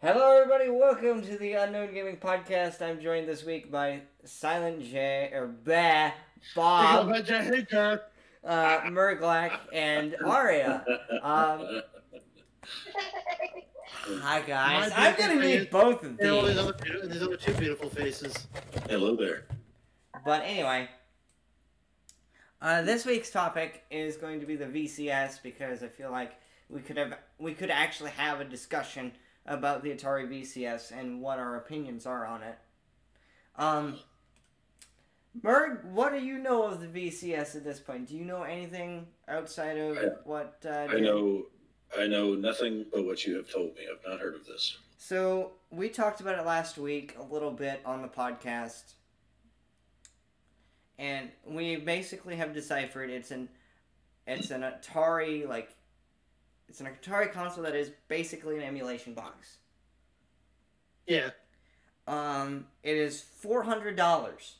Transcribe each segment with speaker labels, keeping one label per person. Speaker 1: Hello, everybody. Welcome to the Unknown Gaming Podcast. I'm joined this week by Silent J or Bah Bob,
Speaker 2: But you hate her.
Speaker 1: uh, Murglac, and Aria.
Speaker 3: Uh,
Speaker 1: Um, hi, guys. I'm gonna need both of
Speaker 2: And all these
Speaker 1: these.
Speaker 2: other, beau- and these other two beautiful faces.
Speaker 3: Hello there.
Speaker 1: But anyway, uh, this week's topic is going to be the VCS because I feel like we could have we could actually have a discussion about the Atari VCS and what our opinions are on it. Um, Merg, what do you know of the VCS at this point? Do you know anything outside of
Speaker 3: I-
Speaker 1: what? Uh,
Speaker 3: I know I know nothing but what you have told me. I've not heard of this.
Speaker 1: So we talked about it last week a little bit on the podcast, and we basically have deciphered it's an it's an Atari like it's an Atari console that is basically an emulation box.
Speaker 2: Yeah.
Speaker 1: Um, it is four hundred dollars.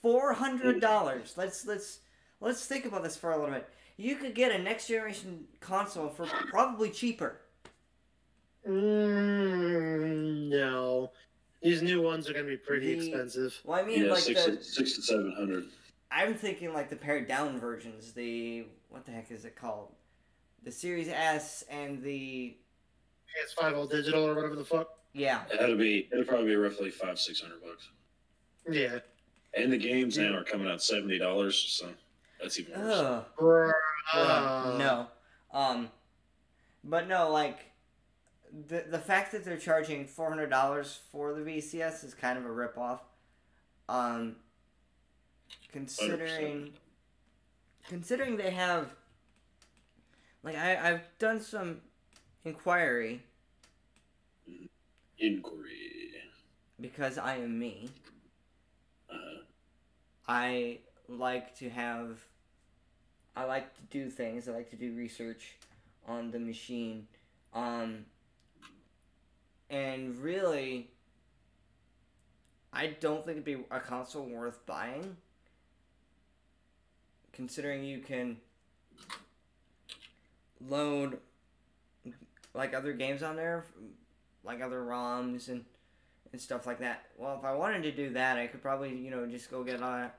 Speaker 1: Four hundred dollars. Let's let's let's think about this for a little bit. You could get a next generation console for probably cheaper.
Speaker 2: Mm, no. These new ones are going to be pretty
Speaker 1: The-
Speaker 2: expensive.
Speaker 1: Well, I mean,
Speaker 3: yeah,
Speaker 1: like
Speaker 3: six,
Speaker 1: the,
Speaker 3: to, six to seven hundred.
Speaker 1: I'm thinking like the pared down versions. The what the heck is it called? The Series S and the
Speaker 2: PS5 all digital or whatever the fuck.
Speaker 1: yeah.
Speaker 3: It had to be. It'd probably be roughly five six hundred bucks.
Speaker 2: Yeah.
Speaker 3: And the games now are coming out seventy dollars. So that's even worse.
Speaker 1: Ugh.
Speaker 2: Bruh. Uh.
Speaker 1: Bruh, no. Um. But no, like the the fact that they're charging four hundred dollars for the VCS is kind of a ripoff. Um. Considering.
Speaker 3: 100%.
Speaker 1: Considering they have. Like I I've done some inquiry
Speaker 3: Inquiry.
Speaker 1: because I am me.
Speaker 3: Uh,
Speaker 1: I like to have I like to do things. I like to do research on the machine. Um and really I don't think it'd be a console worth buying considering you can load like other games on there like other ROMs and and stuff like that. Well, if I wanted to do that, I could probably, you know, just go get a,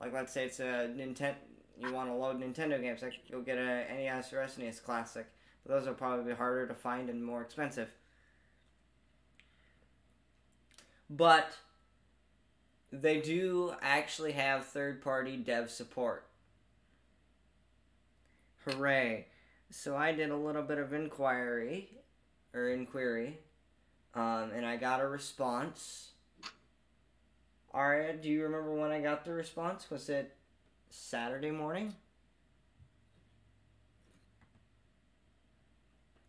Speaker 1: like, let's say it's a Nintendo, you want to load Nintendo games, I could go get a NES or SNES Classic. But those will probably be harder to find and more expensive. But they do actually have third party dev support. Hooray. So I did a little bit of inquiry, or inquiry, um, and I got a response. Aria, do you remember when I got the response? Was it Saturday morning?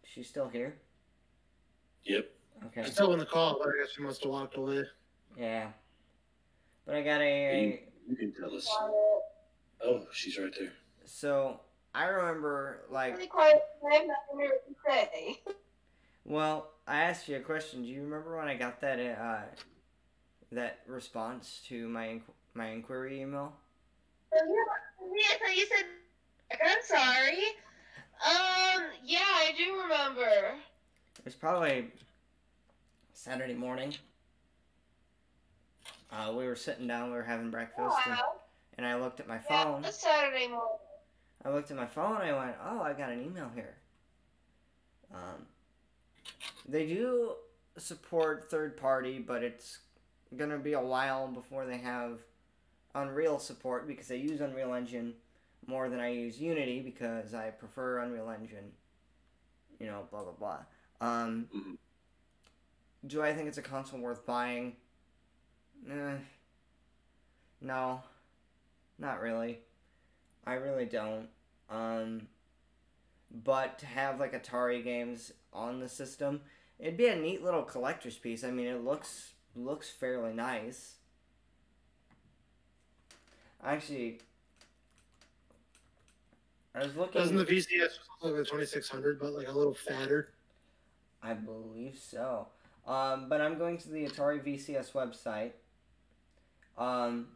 Speaker 1: She's still here.
Speaker 3: yep.
Speaker 1: Okay.
Speaker 2: She's still in the call, but I guess she must have walked away.
Speaker 1: Yeah. But I got a.
Speaker 3: You can tell us. Oh, she's right there.
Speaker 1: So I remember,
Speaker 4: really
Speaker 1: like,
Speaker 4: quiet. I have nothing really to say.
Speaker 1: well, I asked you a question. Do you remember when I got that uh, that response to my inqu- my inquiry email?
Speaker 4: Yeah, so you said. I'm sorry. Um. Yeah, I do remember.
Speaker 1: It was probably Saturday morning. Uh, we were sitting down, we were having breakfast, and,
Speaker 4: Wow.
Speaker 1: and I looked at my
Speaker 4: Yeah,
Speaker 1: phone.
Speaker 4: it was Saturday morning.
Speaker 1: I looked at my phone and I went, oh, I got an email here. Um, they do support third party, but it's going to be a while before they have Unreal support because I use Unreal Engine more than I use Unity because I prefer Unreal Engine. You know, blah, blah, blah. Um,
Speaker 3: Mhm.
Speaker 1: Do I think it's a console worth buying? Eh, no, not really. I really don't. Um, but to have like Atari games on the system, it'd be a neat little collector's piece. I mean, it looks looks fairly nice. Actually, I was looking.
Speaker 2: Doesn't the VCS just look like the 2600, but like a little fatter?
Speaker 1: I believe so. Um, but I'm going to the Atari VCS website. Um,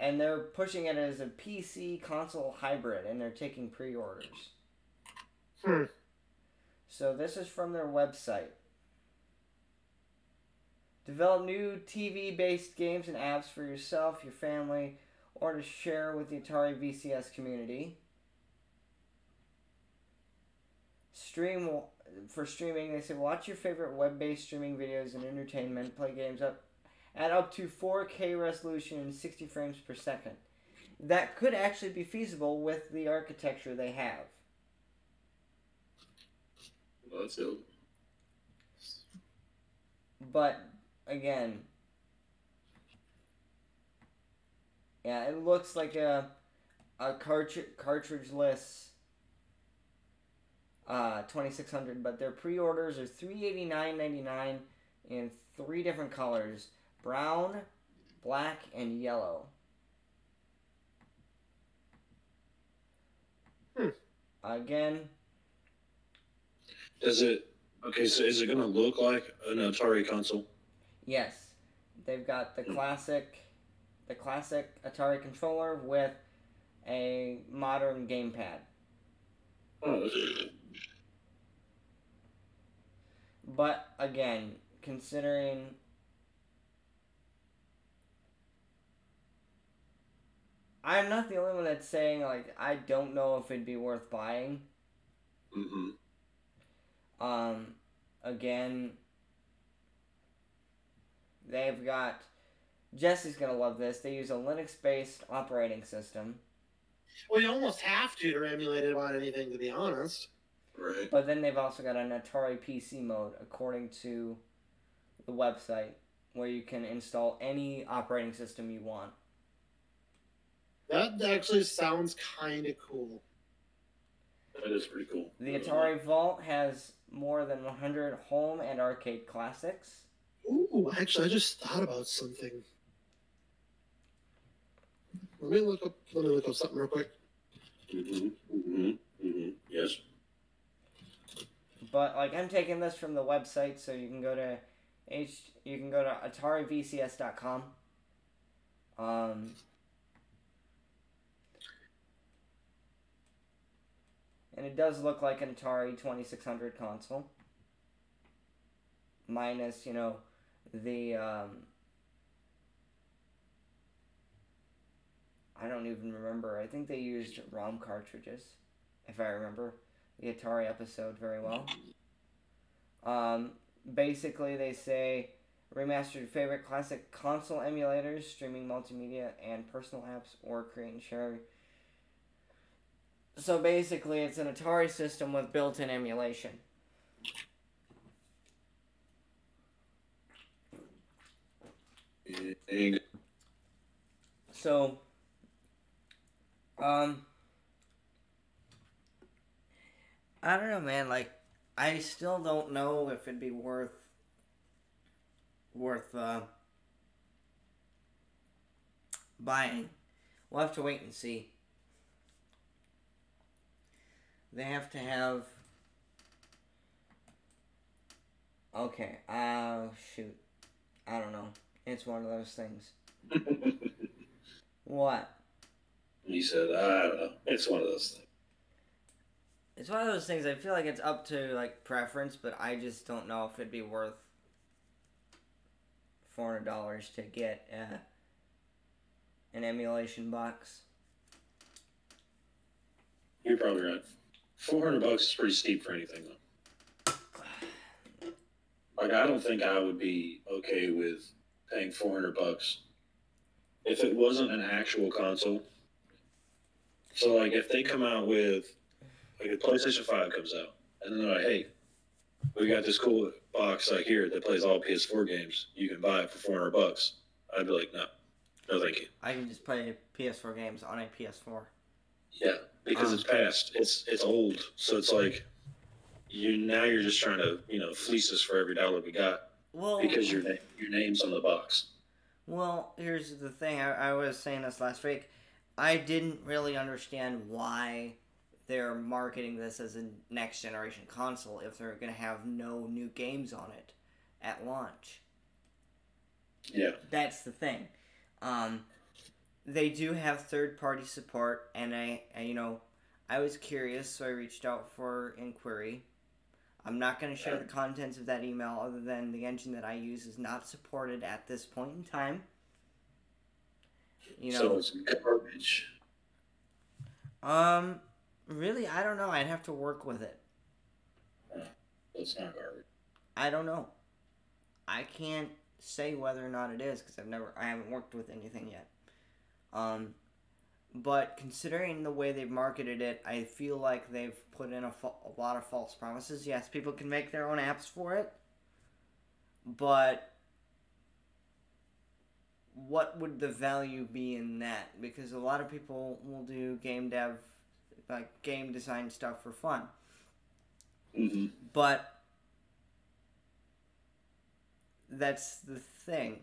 Speaker 1: and they're pushing it as a PC console hybrid, and they're taking pre orders.
Speaker 2: Hmm.
Speaker 1: So this is from their website. Develop new TV based games and apps for yourself, your family, or to share with the Atari VCS community. Stream for streaming, they said watch your favorite web based streaming videos and entertainment, play games up at up to 4K resolution and 60 frames per second. That could actually be feasible with the architecture they have.
Speaker 3: Well, that's dope.
Speaker 1: But again, yeah, it looks like a a cartridge cartridgeless uh, twenty six hundred, but their pre orders are three eighty nine ninety nine in three different colors: brown, black, and yellow.
Speaker 2: Hmm.
Speaker 1: Again,
Speaker 3: Is it okay? So is it going to look like an Atari console?
Speaker 1: Yes, they've got the classic, the classic Atari controller with a modern gamepad.
Speaker 3: Oh, that's-
Speaker 1: But again, considering I'm not the only one that's saying like I don't know if it'd be worth buying.
Speaker 3: mhm.
Speaker 1: Um, again, they've got Jesse's gonna love this. They use a Linux-based operating system.
Speaker 2: Well, you almost have to to emulate it about anything, to be honest.
Speaker 3: Right.
Speaker 1: But then they've also got an Atari PC mode, according to the website, where you can install any operating system you want.
Speaker 2: That actually sounds kind of cool.
Speaker 3: That is pretty cool.
Speaker 1: The Atari Vault has more than 100 home and arcade classics.
Speaker 2: Ooh, actually, I just thought about something. Let me look up. Let me look up something real quick.
Speaker 3: Mhm. Mhm. Mhm. Yes.
Speaker 1: But like I'm taking this from the website, so you can go to h you can go to atarivcs.com. Um, and it does look like an Atari 2600 console, minus you know the um, I don't even remember. I think they used ROM cartridges, if I remember the Atari episode very well. Um, basically, they say remastered favorite classic console emulators, streaming multimedia, and personal apps, or create and share. So basically, it's an Atari system with built in emulation.
Speaker 3: And
Speaker 1: So, um, I don't know, man. Like, I still don't know if it'd be worth worth uh, buying. We'll have to wait and see. They have to have. Okay. Oh shoot. I don't know. It's one of those things. What?
Speaker 3: he said, "I don't know. It's one of those things."
Speaker 1: It's one of those things. I feel like it's up to like preference, but I just don't know if it'd be worth four hundred dollars to get uh, an emulation box.
Speaker 3: You're probably right. Four hundred bucks is pretty steep for anything, though. Like, I don't think I would be okay with paying four hundred bucks if it wasn't an actual console. So, like, if they come out with, like, if PlayStation Five comes out, and they're like, "Hey, we got this cool box like here that plays all PS4 games. You can buy it for four hundred bucks." I'd be like, "No, no, thank you."
Speaker 1: I can just play PS4 games on a PS4.
Speaker 3: Yeah, because
Speaker 1: Um,
Speaker 3: it's past. It's it's old. So it's like you now you're just trying to you know fleece us for every dollar we got
Speaker 1: Well,
Speaker 3: because your name your name's on the box.
Speaker 1: well, here's the thing. I, I was saying this last week. I didn't really understand why they're marketing this as a next generation console if they're gonna have no new games on it at launch.
Speaker 3: Yeah,
Speaker 1: that's the thing. Um, they do have third party support, and I, I, you know, I was curious, so I reached out for inquiry. I'm not going to share the contents of that email other than the engine that I use is not supported at this point in time. You
Speaker 3: so
Speaker 1: know,
Speaker 3: it's garbage.
Speaker 1: um, really, I don't know. I'd have to work with it.
Speaker 3: It's not garbage.
Speaker 1: I don't know. I can't say whether or not it is because I've never, I haven't worked with anything yet. Um, but considering the way they've marketed it, I feel like they've put in a, fa- a lot of false promises. Yes, people can make their own apps for it, but what would the value be in that? Because a lot of people will do game dev, like game design stuff for fun
Speaker 3: hmm
Speaker 1: but that's the thing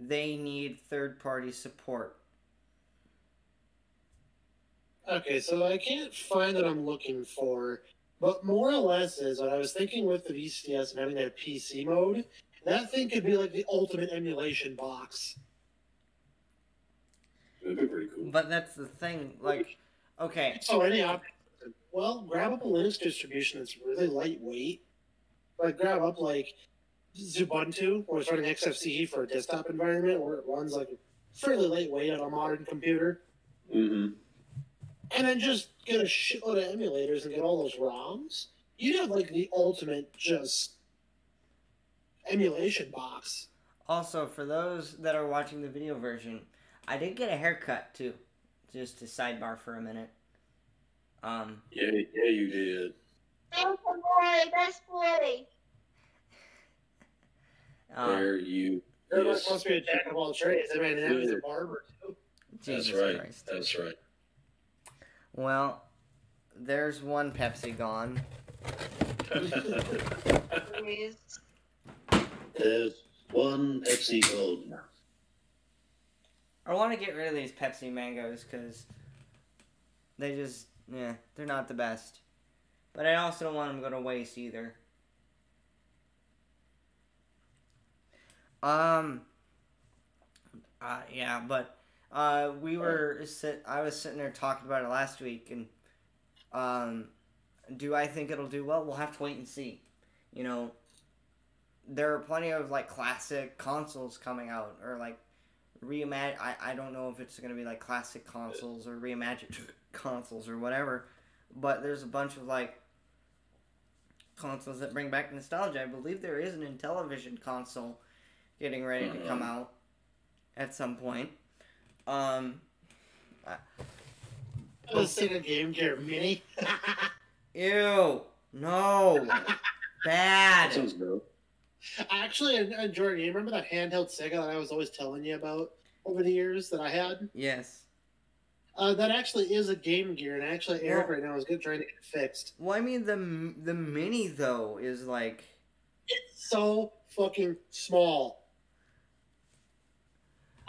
Speaker 1: they need third party support
Speaker 2: Okay, so I can't find what I'm looking for, but more or less is what I was thinking with the VCS and having that PC mode. That thing could be like the ultimate emulation box.
Speaker 3: That'd be pretty cool.
Speaker 1: but that's the thing like okay
Speaker 2: So any op- well, grab up a Linux distribution that's really lightweight. Like grab up like Ubuntu, or it's running XFCE for a desktop environment, where it runs like fairly lightweight on a modern computer,
Speaker 3: hmm
Speaker 2: and then just get a shitload of emulators and get all those ROMs. You'd have like the ultimate just emulation box.
Speaker 1: also for those that are watching the video version i did get a haircut too just to sidebar for a minute um
Speaker 3: Yeah, yeah, you did.
Speaker 4: That's a boy, best boy.
Speaker 1: uh,
Speaker 3: there you.
Speaker 2: There
Speaker 3: Yes.
Speaker 2: must be a jack of all trades. I mean, that was a barber too.
Speaker 1: jesus
Speaker 3: That's right.
Speaker 1: christ
Speaker 3: That's right.
Speaker 1: well there's one pepsi gone
Speaker 4: Please.
Speaker 3: There's one Pepsi Gold.
Speaker 1: I want to get rid of these Pepsi mangoes because they just, yeah, they're not the best. But I also don't want them to go to waste either. Um, uh, yeah, but uh, we were sit. I was sitting there talking about it last week, and um, do I think it'll do well? We'll have to wait and see. You know, there are plenty of like classic consoles coming out, or like reimagine. I, I don't know if it's going to be like classic consoles or reimagined consoles or whatever, but there's a bunch of like consoles that bring back nostalgia. I believe there is an Intellivision console getting ready to come
Speaker 3: Mhm.
Speaker 1: out at some point. Um,
Speaker 2: The Sega Game Gear Mini.
Speaker 1: ew, no, bad.
Speaker 3: That sounds dope.
Speaker 2: Actually, I- I enjoy you remember that handheld Sega that I was always telling you about over the years that I had?
Speaker 1: Yes.
Speaker 2: Uh, that actually is a Game Gear, and actually Eric
Speaker 1: Yeah.
Speaker 2: right now is good trying to get it fixed.
Speaker 1: Well, I mean the m- the mini though is like
Speaker 2: It's so fucking small.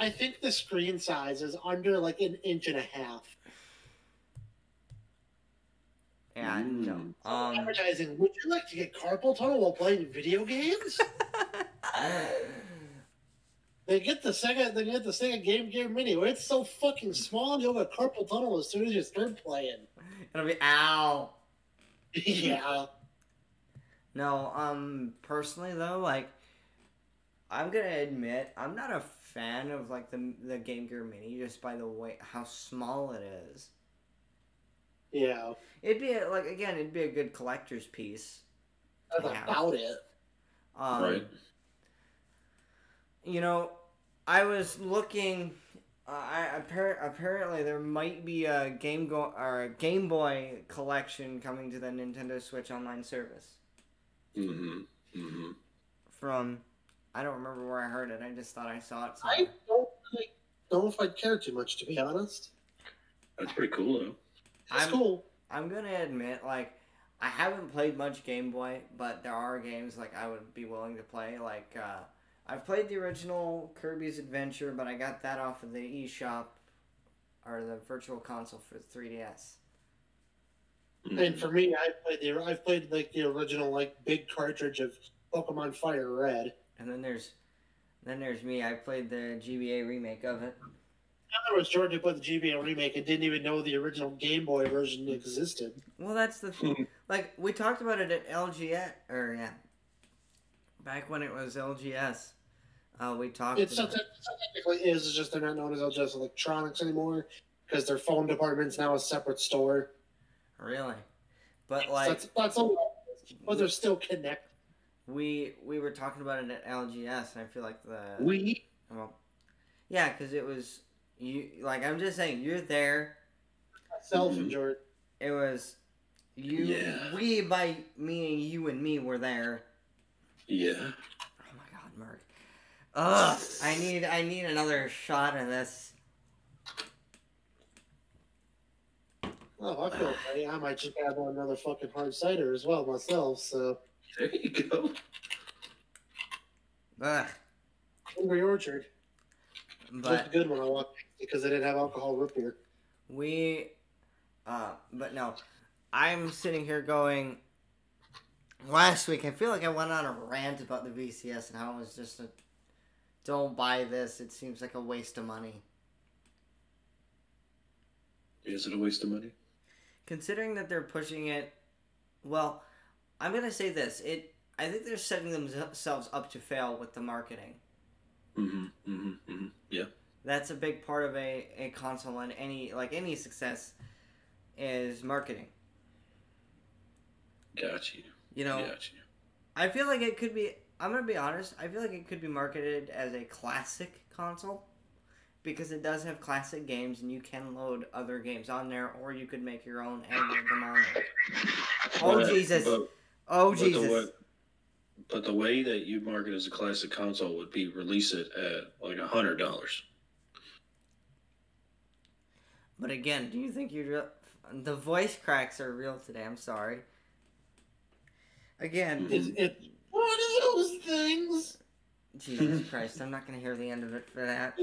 Speaker 2: I think the screen size is under like an inch and a half.
Speaker 1: yeah I no.
Speaker 3: Mm.
Speaker 1: Um,
Speaker 2: Advertising. Would you like to get carpal tunnel while playing video games? They get the Sega, they get the Sega Game Gear Mini. where It's so fucking small, and you'll get carpal tunnel as soon as you start playing.
Speaker 1: it'll be ow.
Speaker 2: yeah,
Speaker 1: No, um, personally though, like, I'm gonna admit I'm not a fan of like the the Game Gear Mini just by the way how small it is.
Speaker 2: yeah.
Speaker 1: It'd be a, like again, it'd be a good collector's piece.
Speaker 2: That's
Speaker 1: Yeah.
Speaker 2: about it.
Speaker 1: Um,
Speaker 3: right.
Speaker 1: You know, I was looking. Uh, I appar- apparently there might be a Game Go or a Game Boy collection coming to the Nintendo Switch online service
Speaker 3: hmm hmm
Speaker 1: from. I don't remember where I heard it. I just thought I saw it.
Speaker 2: I
Speaker 1: somewhere.
Speaker 2: don't really know if I'd care too much, to be honest.
Speaker 3: That's pretty cool though.
Speaker 2: It's
Speaker 1: I'm-
Speaker 2: cool.
Speaker 1: I'm gonna admit, like, I haven't played much Game Boy, but there are games like I would be willing to play. Like, uh, I've played the original Kirby's Adventure, but I got that off of the eShop or the Virtual Console for 3DS. Hmm.
Speaker 2: And
Speaker 3: Mm-hmm.
Speaker 2: for me, I played the I've played like the original like big cartridge of Pokemon Fire Red.
Speaker 1: And then there's, then there's me. I played the GBA remake of it.
Speaker 2: other words, Jordan who put the GBA remake and didn't even know the original Game Boy version existed.
Speaker 1: Well, that's the
Speaker 3: Hmm.
Speaker 1: thing. like we talked about it at LGS or yeah, back when it was LGS. Uh, we talked.
Speaker 2: It's
Speaker 1: about,
Speaker 2: not, it's not technically is. It's just they're not known as LGS Electronics anymore because their phone department's now a separate store.
Speaker 1: really, but
Speaker 2: So
Speaker 1: like
Speaker 2: that's, that's all. it is. But they're still connected.
Speaker 1: we we were talking about it at LGS, and I feel like the
Speaker 3: We
Speaker 1: well, yeah, because it was you. Like I'm just saying, you're there.
Speaker 2: Myself and
Speaker 1: Mm-hmm.
Speaker 3: Mhm.
Speaker 2: Jordan.
Speaker 1: It was you.
Speaker 3: Yeah.
Speaker 1: We by meaning you and me were there.
Speaker 3: yeah.
Speaker 1: Oh my God, Merc. Ugh, I need I need another shot of this.
Speaker 2: Oh, I feel funny. I might just grab another fucking hard cider as well myself. So
Speaker 3: There you go.
Speaker 1: Ugh.
Speaker 2: Hungry Orchard. That's a
Speaker 1: But
Speaker 2: good one. I want because they didn't have alcohol root beer.
Speaker 1: we, uh, but no, I'm sitting here going. Last week, I feel like I went on a rant about the VCS and how it was just a, don't buy this. It seems like a waste of money.
Speaker 3: Is it a waste of money?
Speaker 1: considering that they're pushing it well i'm going to say this it i think they're setting themselves up to fail with the marketing
Speaker 3: Mm-hmm. Mm-hmm. Mm-hmm. Yeah.
Speaker 1: that's a big part of a, a console and any like any success is marketing
Speaker 3: Got you.
Speaker 1: you know
Speaker 3: Got you.
Speaker 1: i feel like it could be i'm going to be honest i feel like it could be marketed as a classic console because it does have classic games and you can load other games on there or you could make your own and load them on there oh
Speaker 3: But-
Speaker 1: jesus
Speaker 3: but-
Speaker 1: oh
Speaker 3: but the
Speaker 1: jesus
Speaker 3: way- But the way that you market as a classic console would be release it at like a hundred dollars.
Speaker 1: But again, do you think you real? The voice cracks are real today. I'm sorry. Again,
Speaker 2: It's
Speaker 1: Hmm.
Speaker 2: it one of those things.
Speaker 1: Jesus Christ, I'm not gonna hear the end of it for that.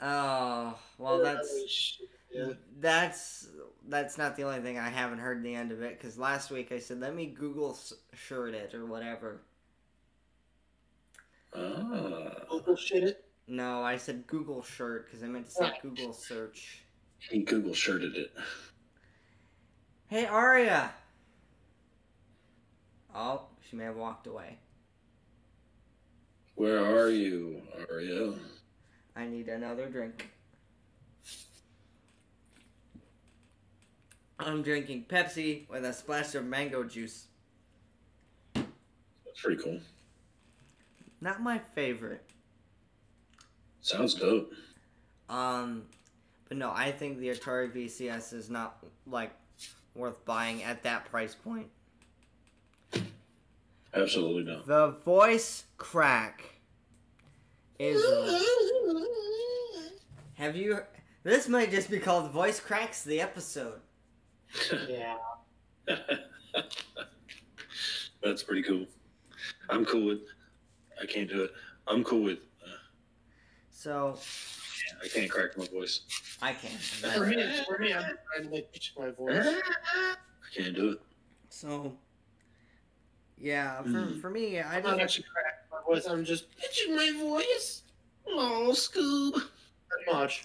Speaker 1: Oh well, that's
Speaker 2: Yeah.
Speaker 1: that's that's not the only thing I haven't heard the end of it because last week I said let me Google s- shirt it or whatever.
Speaker 3: Ah,
Speaker 2: Google shit it.
Speaker 1: No, I said Google shirt because I meant to say
Speaker 2: Right.
Speaker 1: Google search.
Speaker 3: he Google shirted it.
Speaker 1: Hey Aria. Oh, she may have walked away.
Speaker 3: Where are you, Aria?
Speaker 1: I need another drink. I'm drinking Pepsi with a splash of mango juice.
Speaker 3: That's pretty cool.
Speaker 1: Not my favorite.
Speaker 3: Sounds dope.
Speaker 1: Um, but no, I think the Atari VCS is not like worth buying at that price point.
Speaker 3: Absolutely not.
Speaker 1: The voice crack is. uh, have you? This might just be called voice cracks the episode.
Speaker 2: Yeah.
Speaker 3: That's pretty cool. I'm cool with. I can't do it. I'm cool with. uh,
Speaker 1: So
Speaker 3: I can't crack my voice.
Speaker 1: I can't.
Speaker 2: For me, for me, I'm trying to like pitch my voice.
Speaker 3: I can't do it.
Speaker 1: So, yeah, for,
Speaker 3: Mm.
Speaker 1: for me, I
Speaker 2: I'm not
Speaker 1: just
Speaker 2: actually cracking my voice. I'm just pitching my voice.
Speaker 3: Oh, Scoob.
Speaker 2: Pretty much.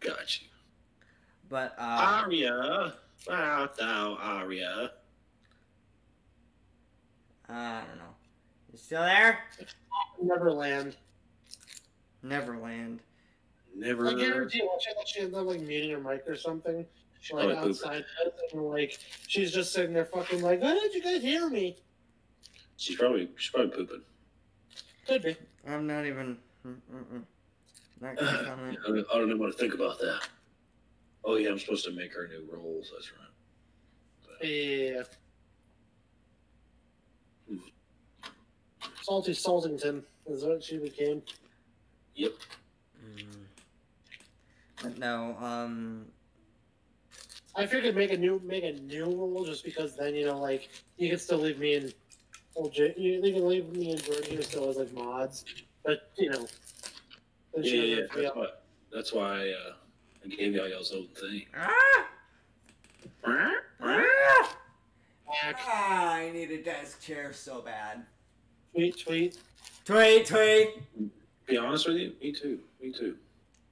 Speaker 3: Got you.
Speaker 1: but uh,
Speaker 3: Aria, where art thou, Aria?
Speaker 1: I don't know. You still there?
Speaker 2: Neverland.
Speaker 1: Neverland.
Speaker 3: Never.
Speaker 2: Like guarantee, watch out. She ends up like muting her mic or something. She like
Speaker 3: probably pooped.
Speaker 2: outside, and like she's just sitting there fucking like, why did you guys hear me?
Speaker 3: She's probably she's probably pooping.
Speaker 2: Could be.
Speaker 1: I'm not even. Mm-mm-mm. Not
Speaker 3: I
Speaker 1: gonna comment.
Speaker 3: don't- I don't even want to think about that. Oh yeah, I'm supposed to make her new roles. That's right.
Speaker 2: Yeah. Salty Saltington is what she became.
Speaker 1: Mm. But no, um,
Speaker 2: I figured make a new make a new rule just because then you know like you can still leave me and well, J- you, you can leave me and Jordan still as like mods, but you know. then
Speaker 3: Yeah,
Speaker 2: she
Speaker 3: yeah,
Speaker 2: doesn't
Speaker 3: That's
Speaker 2: feel-
Speaker 3: why. That's why uh, I gave y'all y'all's old thing.
Speaker 1: ah, ah,
Speaker 2: Back.
Speaker 1: ah, I need a desk chair so bad.
Speaker 2: Tweet tweet.
Speaker 1: Tweet, tweet.
Speaker 3: Be honest with you, me too. Me too.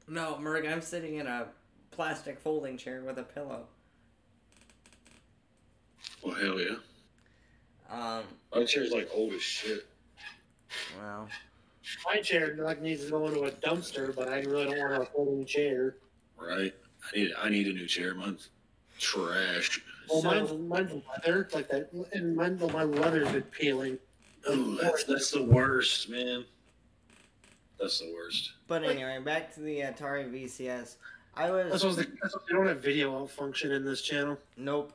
Speaker 1: No, Merg, I'm sitting in a plastic folding chair with a pillow.
Speaker 3: Well, hell yeah.
Speaker 1: Um,
Speaker 3: My chair's like old as shit.
Speaker 1: well,
Speaker 2: My chair like needs to go into a dumpster, but I really don't want a folding chair.
Speaker 3: Right. I need I need a new chair. Mine's trash.
Speaker 2: Well,
Speaker 1: So-
Speaker 2: Oh, mine's, mine's leather, like that, and mine, my leather's been peeling.
Speaker 3: Oh, that's that's the worst, man. That's the worst.
Speaker 1: but anyway, back to the Atari VCS. I
Speaker 2: That's
Speaker 1: was
Speaker 2: what I was like, that's what, they don't have video out function in this channel.
Speaker 1: nope.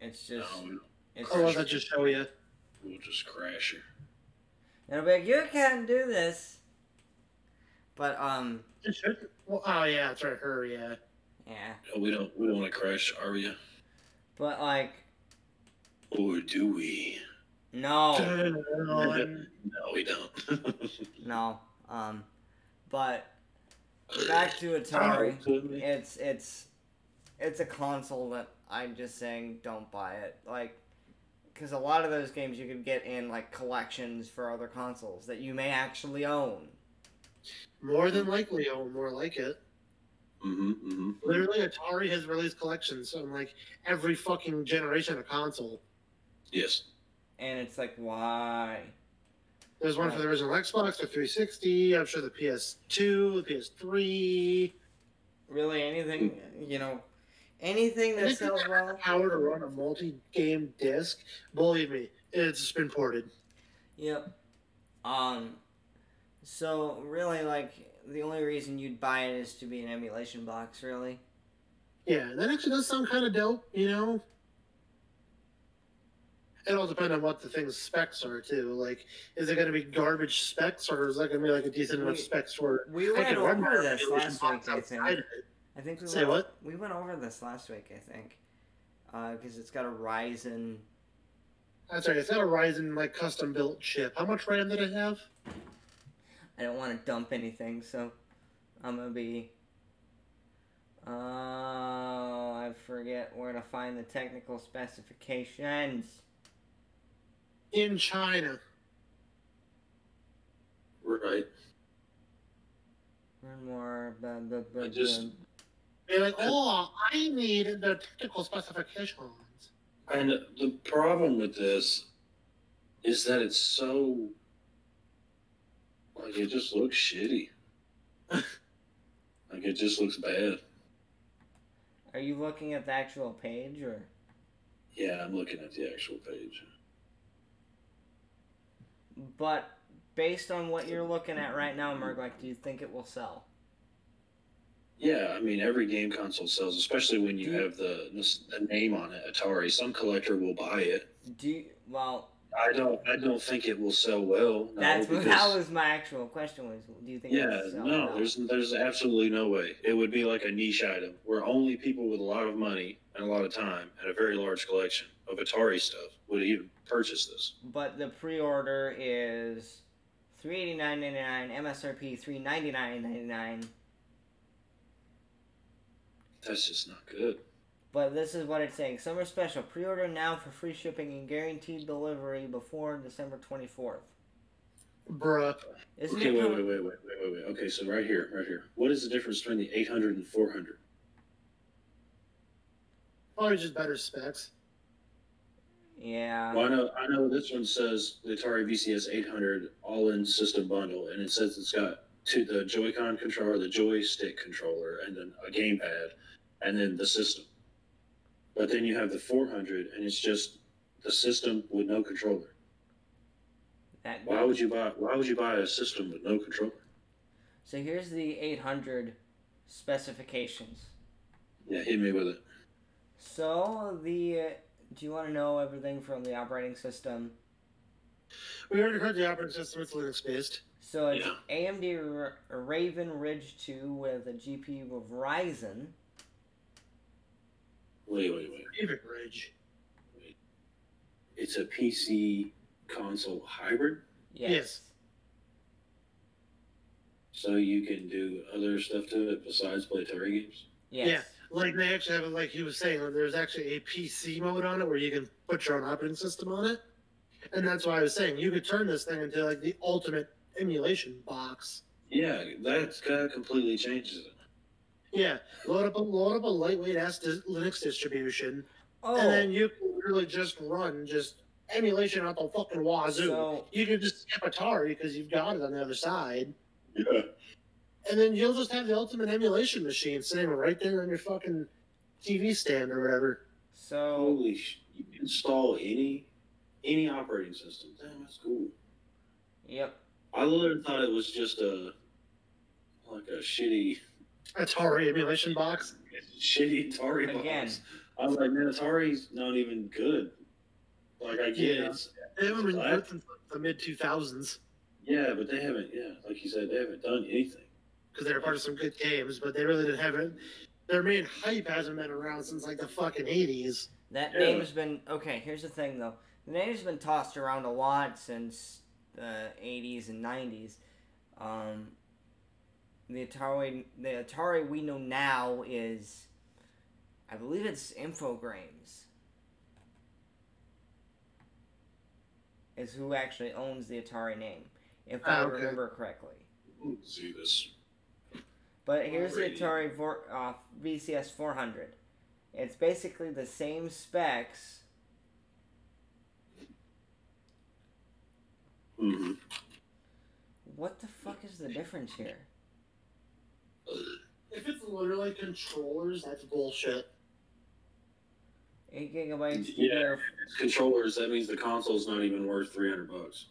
Speaker 1: It's just
Speaker 3: No,
Speaker 1: it's
Speaker 2: Or was I Oh, just show you?
Speaker 3: Um, we'll just crash here.
Speaker 1: and I'll be like, you can't do this. But um,
Speaker 2: It should. Well, oh yeah, that's right, her, yeah.
Speaker 1: yeah.
Speaker 3: No, we don't we don't want to crash, are we?
Speaker 1: But like,
Speaker 3: Or do we?
Speaker 2: Oh.
Speaker 1: no,
Speaker 2: Um,
Speaker 3: No, we don't.
Speaker 1: no. Um, but back to Atari.
Speaker 3: Sorry.
Speaker 1: It's it's it's a console that I'm just saying don't buy it. Like, because a lot of those games you could get in like collections for other consoles that you may actually own.
Speaker 2: more than likely, oh, more like it.
Speaker 3: Mm-hmm, mm-hmm.
Speaker 2: Literally, Atari has released collections on like every fucking generation of console.
Speaker 3: Yes.
Speaker 1: And it's like, why?
Speaker 2: There's one for the original Xbox, the 360. I'm sure the PS2, the PS3.
Speaker 1: Really, anything you know, anything that
Speaker 2: Anything
Speaker 1: sells
Speaker 2: that has the
Speaker 1: well.
Speaker 2: power to run a multi-game disc. Believe me, it's been ported.
Speaker 1: Yep. Um. So really, like the only reason you'd buy it is to be an emulation box, really.
Speaker 2: Yeah, that actually does sound kind of dope. You know, it all depends on what the thing's specs are too. Like, is it going to be garbage specs, or is that going to be like a decent enough
Speaker 1: We-
Speaker 2: specs for?
Speaker 1: We
Speaker 2: I
Speaker 1: went
Speaker 2: can run
Speaker 1: over
Speaker 2: my
Speaker 1: this
Speaker 2: emulation
Speaker 1: last
Speaker 2: box
Speaker 1: week, I
Speaker 2: outside
Speaker 1: think.
Speaker 2: of it.
Speaker 1: I think we
Speaker 2: Say
Speaker 1: went,
Speaker 2: what?
Speaker 1: We went over this last week, I think, because it's got a Ryzen.
Speaker 2: That's right. It's got a Ryzen like custom built chip. How much RAM did it have?
Speaker 1: I don't want to dump anything, so I'm gonna be. Uh, I forget where to find the technical specifications.
Speaker 2: In China.
Speaker 3: Right.
Speaker 1: One more. Blah, blah, blah,
Speaker 3: I just-
Speaker 1: blah.
Speaker 2: They're like, oh, I need the technical specifications.
Speaker 3: And the problem with this is that it's so like it just looks shitty. like it just looks bad.
Speaker 1: Are you looking at the actual page or?
Speaker 3: Yeah, I'm looking at the actual page.
Speaker 1: But based on what you're looking at right now, Merg, like, do you think it will sell?
Speaker 3: Yeah, I mean every game console sells, especially when you have the the name on it, Atari. Some collector will buy it.
Speaker 1: Do you, well,
Speaker 3: I don't. I don't think it will sell well. no,
Speaker 1: that's what
Speaker 3: Oh, because-
Speaker 1: that was my actual question was, do you think it
Speaker 3: Yeah,
Speaker 1: will sell?
Speaker 3: no, there's there's absolutely no way. It would be like a niche item where only people with a lot of money and a lot of time and a very large collection of Atari stuff would even purchase this.
Speaker 1: But the pre-order is 389.99, MSRP 399.99.
Speaker 3: That's just not good.
Speaker 1: But this is what it's saying: summer special pre-order now for free shipping and guaranteed delivery before December 24th.
Speaker 2: Bruh.
Speaker 1: Isn't
Speaker 3: okay,
Speaker 1: it?
Speaker 3: wait,
Speaker 1: com-
Speaker 3: wait, wait, wait, wait, wait, wait. Okay, so right here, right here. What is the difference between the 800 and 400?
Speaker 2: Probably just better specs.
Speaker 1: Yeah.
Speaker 3: Well, I know, I know. This one says the Atari VCS 800 all-in system bundle, and it says it's got to the Joy-Con controller, the joystick controller, and then a gamepad, and then the system. But then you have the 400, and it's just the system with no controller.
Speaker 1: That
Speaker 3: Why would you buy? Why would you buy a system with no controller?
Speaker 1: So here's the 800 specifications.
Speaker 3: Yeah, hit me with it.
Speaker 1: So the do you want to know everything from the operating system?
Speaker 2: We already heard the operating system. It's Linux based.
Speaker 1: So it's
Speaker 3: Yeah.
Speaker 1: AMD R- Raven Ridge 2 with a GPU of Ryzen.
Speaker 3: Wait, wait, wait.
Speaker 2: David Ridge.
Speaker 3: It's a PC console hybrid,
Speaker 1: Yes.
Speaker 2: Yes.
Speaker 3: so you can do other stuff to it besides play Atari games.
Speaker 1: Yes.
Speaker 2: Like they actually have, like he was saying, like, there's actually a PC mode on it where you can put your own operating system on it, and that's why I was saying you could turn this thing into like the ultimate emulation box.
Speaker 3: Yeah, that's kind of completely changes it.
Speaker 2: Yeah, load up a load up a lightweight ass dis- Linux distribution,
Speaker 1: Oh,
Speaker 2: and then you can literally just run just emulation out the fucking
Speaker 1: Oh,
Speaker 2: wazoo.
Speaker 1: so
Speaker 2: you can just skip Atari because you've got it on the other side,
Speaker 3: Yeah.
Speaker 2: and then you'll just have the ultimate emulation machine sitting right there on your fucking TV stand or whatever.
Speaker 1: so
Speaker 3: Holy sh! You can install any any operating system. Damn, that's cool.
Speaker 1: yep.
Speaker 3: I literally thought it was just a like a shitty
Speaker 2: Atari emulation box.
Speaker 3: shitty Atari box.
Speaker 1: Again.
Speaker 3: I was like, man, Atari's not even good. Like I get
Speaker 2: Yeah.
Speaker 3: it's
Speaker 2: They haven't been
Speaker 3: What?
Speaker 2: good since the mid two thousands
Speaker 3: yeah, but they haven't yeah, like you said, they haven't done anything.
Speaker 2: because they were part of some good games, but they really didn't have it. Their main hype hasn't been around since like the fucking eighties.
Speaker 1: That
Speaker 3: Yeah.
Speaker 1: name's been okay. Here's the thing, though. The name's been tossed around a lot since the '80s and '90s. Um, the Atari, the Atari we know now is, I believe it's Infogrames. Is who actually owns the Atari name, if I
Speaker 2: Ah, okay.
Speaker 1: remember correctly.
Speaker 3: See this.
Speaker 1: But here's the
Speaker 3: Alrighty.
Speaker 1: Atari vor- uh, VCS 400. It's basically the same specs.
Speaker 3: Mm-hmm.
Speaker 1: What the fuck is the difference here?
Speaker 2: If it's literally controllers, that's bullshit.
Speaker 1: Eight gigabytes.
Speaker 3: Yeah.
Speaker 1: either-
Speaker 3: Controllers, that means the console's not even worth three hundred bucks.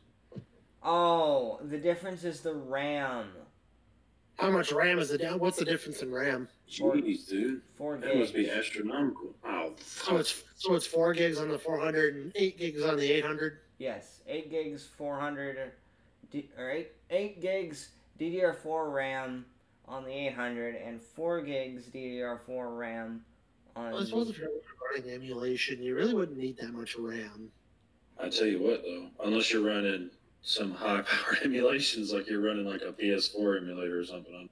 Speaker 1: Oh, the difference is the RAM.
Speaker 2: How much RAM is it down? What's the difference in RAM?
Speaker 1: Or-
Speaker 3: Jeez, dude.
Speaker 1: Four
Speaker 3: That must be
Speaker 1: gigs.
Speaker 3: astronomical. Oh,
Speaker 2: So it's so it's four gigs on the four hundred and eight gigs on the eight hundred.
Speaker 1: Yes, eight gigs, four hundred, uh, D- or eight eight gigs DDR4 RAM on the 800, and four gigs DDR4 RAM on.
Speaker 2: I suppose if
Speaker 1: The,
Speaker 2: you're running emulation, you really wouldn't need that much RAM.
Speaker 3: I tell you what, though, unless you're running some high-powered emulations, like you're running like a PS4 emulator or something.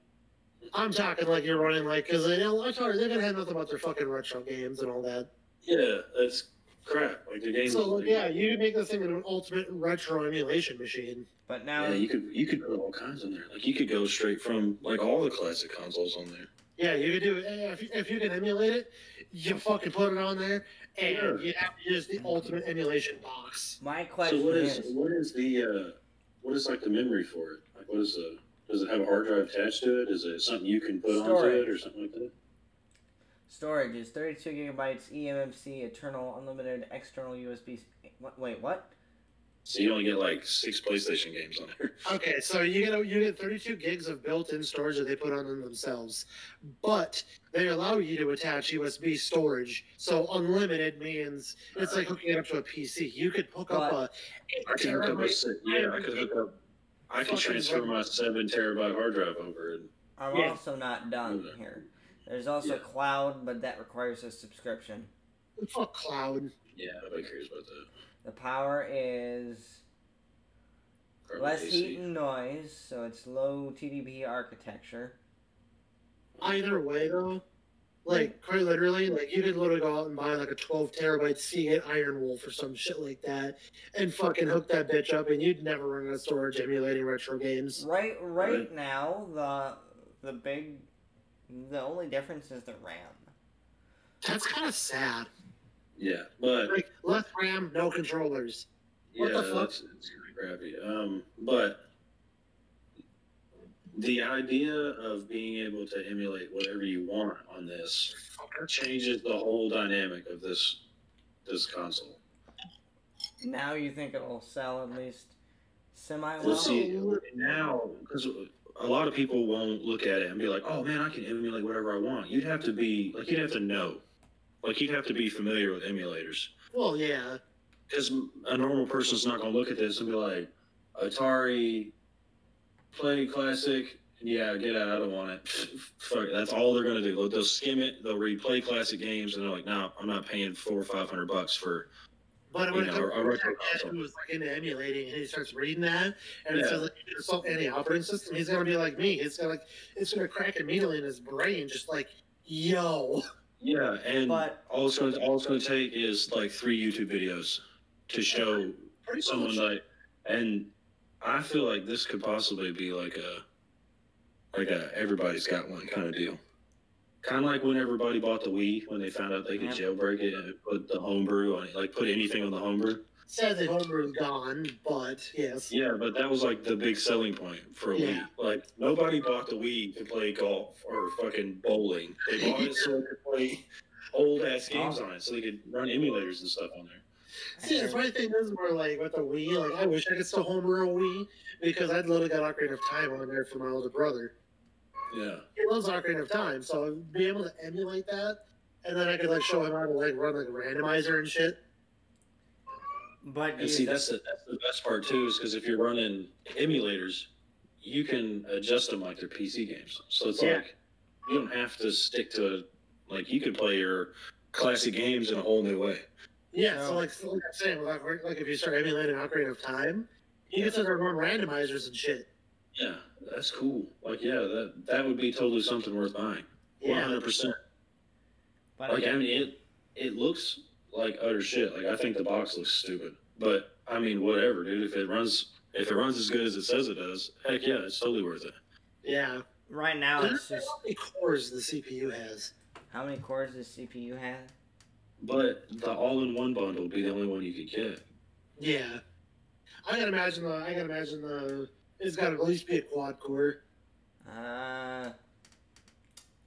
Speaker 2: I'm talking like you're running like because they know Atari they didn't have nothing about their fucking retro games and all that.
Speaker 3: Yeah, that's crap. Like the game.
Speaker 2: So yeah, you could make this thing an ultimate retro emulation machine.
Speaker 1: but now,
Speaker 3: yeah, you could you could put all kinds in there. Like you could go straight from like all the classic consoles on there.
Speaker 2: Yeah, you could do it Eh, if, if you can emulate it, you fucking put it on there, and
Speaker 3: Sure.
Speaker 2: you have just the ultimate emulation box.
Speaker 1: my question
Speaker 3: so what is,
Speaker 1: is
Speaker 3: what is the uh, what is like the memory for it? Like what is the does it have a hard drive attached to it? Is it something you can put onto
Speaker 1: Storage.
Speaker 3: it or something like that?
Speaker 1: Storage is 32 gigabytes E eMMC Eternal Unlimited External USB. What, wait, what?
Speaker 3: So you only get like six PlayStation games on there.
Speaker 2: Okay, so you get you get 32 gigs of built-in storage that they put on them themselves, but they allow you to attach USB storage. So unlimited means it's like hooking it up to a PC. You could hook up a
Speaker 3: I can hook up a se- yeah, I could hook up. I
Speaker 2: Fucking
Speaker 3: could transfer my seven terabyte hard drive over and
Speaker 1: I'm
Speaker 2: Yeah.
Speaker 1: also not done
Speaker 3: Okay.
Speaker 1: here. There's also
Speaker 3: Yeah.
Speaker 1: cloud, but that requires a subscription.
Speaker 2: fuck cloud.
Speaker 3: yeah, nobody cares about that.
Speaker 1: The power is
Speaker 3: Or my
Speaker 1: less
Speaker 3: AC.
Speaker 1: heat and noise, so it's low TDP architecture.
Speaker 2: Either way though, like quite literally, like you could literally go out and buy like a 12 terabyte Seagate Iron Wolf or some shit like that, and fucking hook that bitch up, and you'd never run out of storage emulating retro games.
Speaker 1: Right, right,
Speaker 3: Right.
Speaker 1: now the the big the only difference is the RAM.
Speaker 2: That's kind of sad.
Speaker 3: Yeah, but
Speaker 2: Like less RAM, no controllers.
Speaker 3: yeah,
Speaker 2: What the fuck?
Speaker 3: that's it's crappy. Um, but the idea of being able to emulate whatever you want on this changes the whole dynamic of this this console.
Speaker 1: Now you think it'll sell at least semi well?
Speaker 3: Let's see now because a lot of people won't look at it and be like, "Oh man, I can emulate whatever I want." You'd have to be like, you'd have to know, like you'd have to be familiar with emulators
Speaker 2: Well, yeah.
Speaker 3: because a normal person's not gonna look at this and be like, "Atari, play classic." Yeah, get out. I don't want it. Fuck. it, That's all they're gonna do. They'll, they'll skim it. They'll replay classic games, and they're like, "No, I'm not paying four or five hundred bucks for."
Speaker 2: But when
Speaker 3: You
Speaker 2: it
Speaker 3: know,
Speaker 2: comes
Speaker 3: a- a
Speaker 2: to
Speaker 3: retro
Speaker 2: that guy who was like into emulating and he starts reading that and it
Speaker 3: Yeah.
Speaker 2: says like you can assault any operating system, he's gonna be like me. It's gonna like it's gonna crack immediately in his brain, just like yo.
Speaker 3: Yeah, and
Speaker 1: But-
Speaker 3: all it's gonna all it's gonna take is like three YouTube videos to show
Speaker 2: Pretty much.
Speaker 3: someone like and I feel like this could possibly be like a like a everybody's got one kind of deal. Kind of like when everybody bought the Wii when they found out they could jailbreak it and put the homebrew on it, like put anything on the homebrew.
Speaker 2: Sadly, homebrew is gone, but yes.
Speaker 3: Yeah, but that was like the big selling point for a
Speaker 2: Yeah.
Speaker 3: Wii. Like nobody bought the Wii to play golf or fucking bowling. They bought it so they could play old ass games on it, so they could run emulators and stuff on there.
Speaker 2: See, that's my thing is more like with the Wii. Like, I wish I could still homebrew a Wii because I'd literally got Ocarina of Time on there for my older brother.
Speaker 3: Yeah,
Speaker 2: He loves Ocarina of Time, so I'd be able to emulate that, and then I could like show him how to like run like a randomizer and shit.
Speaker 1: But you,
Speaker 3: and see that's the that's the best part too is because if you're running emulators, you can adjust them like they're PC games. So it's
Speaker 2: Yeah.
Speaker 3: like you don't have to stick to like you can play your classic games in a whole new way.
Speaker 2: Yeah, so like, so like I'm saying, like, we're- like if you start emulating Ocarina of Time, you can start to run randomizers and shit.
Speaker 3: Yeah, that's cool. Like yeah, that that would be totally something worth buying. One
Speaker 2: Yeah,
Speaker 3: hundred percent.
Speaker 1: but
Speaker 3: Like I mean, it it looks like utter shit. Like I think the box looks stupid, but I mean, whatever, dude. If it runs, if it runs as good as it says it does, heck yeah, it's totally worth it.
Speaker 2: yeah.
Speaker 1: right now
Speaker 2: I
Speaker 1: it's
Speaker 2: don't know
Speaker 1: just
Speaker 2: how many cores the CPU has.
Speaker 1: how many cores does CPU have?
Speaker 3: But the all-in-one bundle would be the only one you could get.
Speaker 2: Yeah, I can imagine the. I can imagine the. It's got to at least be a quad core.
Speaker 1: Uh,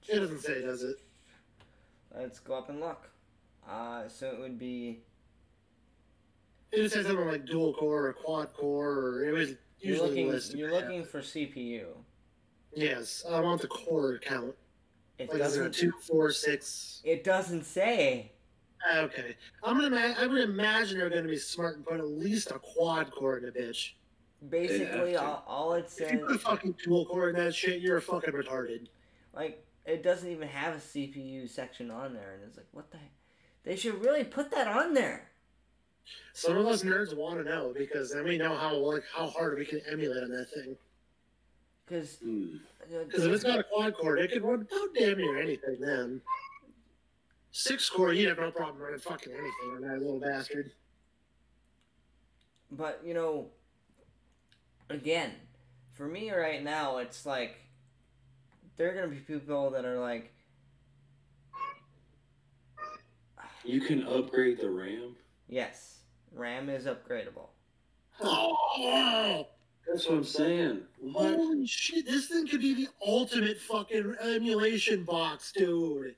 Speaker 2: It doesn't say, does it?
Speaker 1: let's go up and look. Uh, so it would be
Speaker 2: It just says something like dual core or quad core, or it was
Speaker 1: you're
Speaker 2: usually
Speaker 1: looking
Speaker 2: listed.
Speaker 1: you're looking for CPU.
Speaker 2: Yes, I want the core count.
Speaker 1: It
Speaker 2: Like, is it
Speaker 1: doesn't
Speaker 2: two, four, six?
Speaker 1: it doesn't say.
Speaker 2: Okay, I'm gonna. Ma- I would imagine they're gonna be smart and put at least a quad core in a bitch.
Speaker 1: Basically,
Speaker 3: to.
Speaker 1: all, all it
Speaker 2: If
Speaker 1: says
Speaker 2: you put a fucking dual core in that shit, you're a fucking retarded.
Speaker 1: like it doesn't even have a CPU section on there, and it's like what the. They should really put that on there.
Speaker 2: Some of us nerds want to know because then we know how like how hard we can emulate on that thing.
Speaker 1: Cause,
Speaker 3: Hmm.
Speaker 1: uh,
Speaker 2: Because if it's got a quad core, it could run about damn near anything then. Six core, you'd have no problem running fucking anything on that little bastard.
Speaker 1: but you know, again, for me right now, it's like there are gonna be people that are like,
Speaker 3: You can upgrade the RAM.
Speaker 1: yes, RAM is upgradable.
Speaker 2: Oh,
Speaker 3: That's what I'm saying. What?
Speaker 2: holy shit, this thing could be the ultimate fucking emulation box, dude.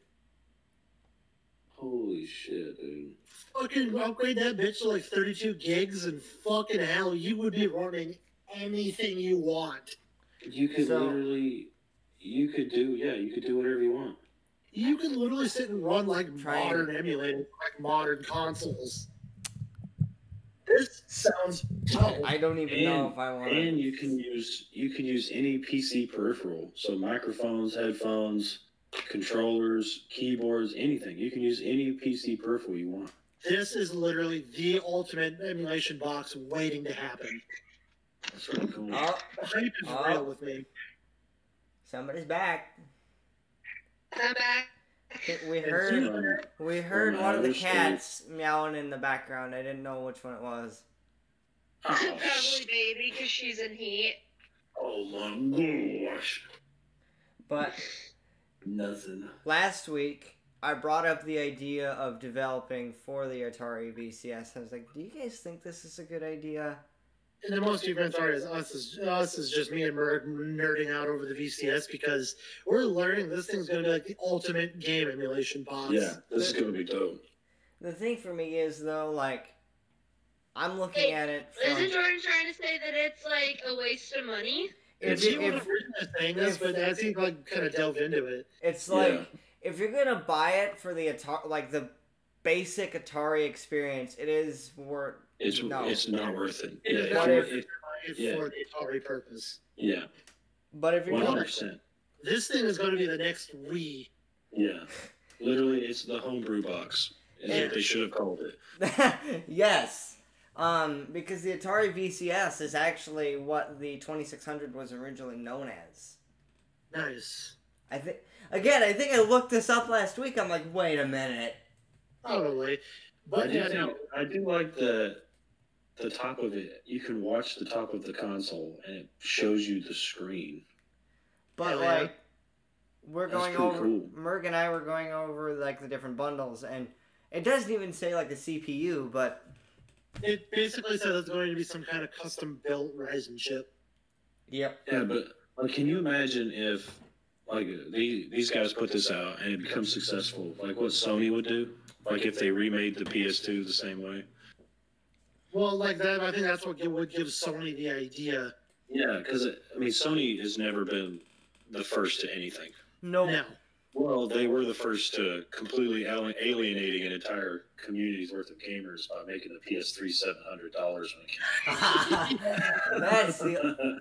Speaker 3: Holy shit, dude.
Speaker 2: Fucking upgrade that bitch to like 32 gigs and fucking hell, you would be running anything you want.
Speaker 3: You could
Speaker 1: So-
Speaker 3: literally, you could do yeah, you could do whatever you want.
Speaker 2: You could literally sit and run like
Speaker 1: Trying.
Speaker 2: modern emulators, like modern consoles. This sounds dope.
Speaker 1: I don't even know
Speaker 3: And-
Speaker 1: if I want.
Speaker 3: And you can use you can use any PC peripheral, so microphones, headphones, controllers, keyboards, anything. You can use any PC peripheral you want.
Speaker 2: This is literally the ultimate emulation box waiting to happen.
Speaker 3: That's pretty cool.
Speaker 1: Oh,
Speaker 2: The hype is
Speaker 1: Oh.
Speaker 2: real with me.
Speaker 1: somebody's back.
Speaker 4: I'm back.
Speaker 1: We
Speaker 2: It's
Speaker 1: heard
Speaker 3: Um,
Speaker 1: we heard
Speaker 3: from
Speaker 1: one of the
Speaker 3: outer space.
Speaker 1: cats meowing in the background. I didn't know which one it was.
Speaker 3: oh,
Speaker 4: Probably baby because she's in heat.
Speaker 3: oh my gosh,
Speaker 1: But
Speaker 3: nothing.
Speaker 1: last week I brought up the idea of developing for the Atari VCS. I was like, "Do you guys think this is a good idea?"
Speaker 2: And the most events are is us is us is just me and Merg nerding out over the VCS because we're learning this thing's gonna be like the ultimate game emulation box.
Speaker 3: Yeah, this is gonna be dope.
Speaker 1: The thing for me is though, like, I'm looking
Speaker 4: Hey,
Speaker 1: at it
Speaker 4: Isn't
Speaker 1: from
Speaker 4: Jordan trying to say that it's like a waste of money?
Speaker 1: if,
Speaker 2: If,
Speaker 1: you-
Speaker 2: you
Speaker 1: if,
Speaker 2: want to originally saying this,
Speaker 1: if-
Speaker 2: but as he like kind of delved into it,
Speaker 1: it's
Speaker 3: Yeah.
Speaker 1: like if you're gonna buy it for the Atari, like the basic Atari experience, it is worth.
Speaker 3: It's
Speaker 1: No.
Speaker 3: it's not worth it.
Speaker 2: It
Speaker 3: Yeah,
Speaker 2: is
Speaker 3: if
Speaker 1: not
Speaker 3: you're-
Speaker 1: worth
Speaker 3: if-
Speaker 2: it's
Speaker 3: Yeah.
Speaker 2: for the Atari purpose.
Speaker 3: yeah,
Speaker 1: But if you're
Speaker 3: one
Speaker 1: going,
Speaker 3: hundred percent.
Speaker 2: This thing is gonna be the next Wii.
Speaker 3: Yeah, literally, it's the homebrew box. Is
Speaker 2: Yeah.
Speaker 3: what they should have called it.
Speaker 1: yes, um, because the Atari VCS is actually what the 2600 was originally known as.
Speaker 2: Nice.
Speaker 1: I think again, I think I looked this up last week. I'm like, wait a minute.
Speaker 2: Probably.
Speaker 3: I
Speaker 2: But
Speaker 3: do,
Speaker 2: yeah, no,
Speaker 3: think- I do like the the top of it, you can watch the top of the console, and it shows you the screen.
Speaker 1: But
Speaker 2: Yeah, man.
Speaker 1: like, we're
Speaker 3: That's
Speaker 1: going
Speaker 3: pretty
Speaker 1: over.
Speaker 3: cool.
Speaker 1: Merg and I were going over like the different bundles, and it doesn't even say like the CPU, but
Speaker 2: It basically says it's going to be some kind of custom built Ryzen chip.
Speaker 1: yep,
Speaker 3: Yeah, but like, can you imagine if like these these guys put this out and it becomes successful? Like what Sony would do? Like if they remade the PS2 the same way?
Speaker 2: Well, like that, I think that's what gi- would give Sony the idea.
Speaker 3: Yeah, because I mean, Sony has never been the first to anything.
Speaker 1: no,
Speaker 2: Now,
Speaker 3: Well, they were the first to completely ali- alienating an entire community's worth of gamers by making the PS3 seven hundred dollars when it came.
Speaker 1: that's the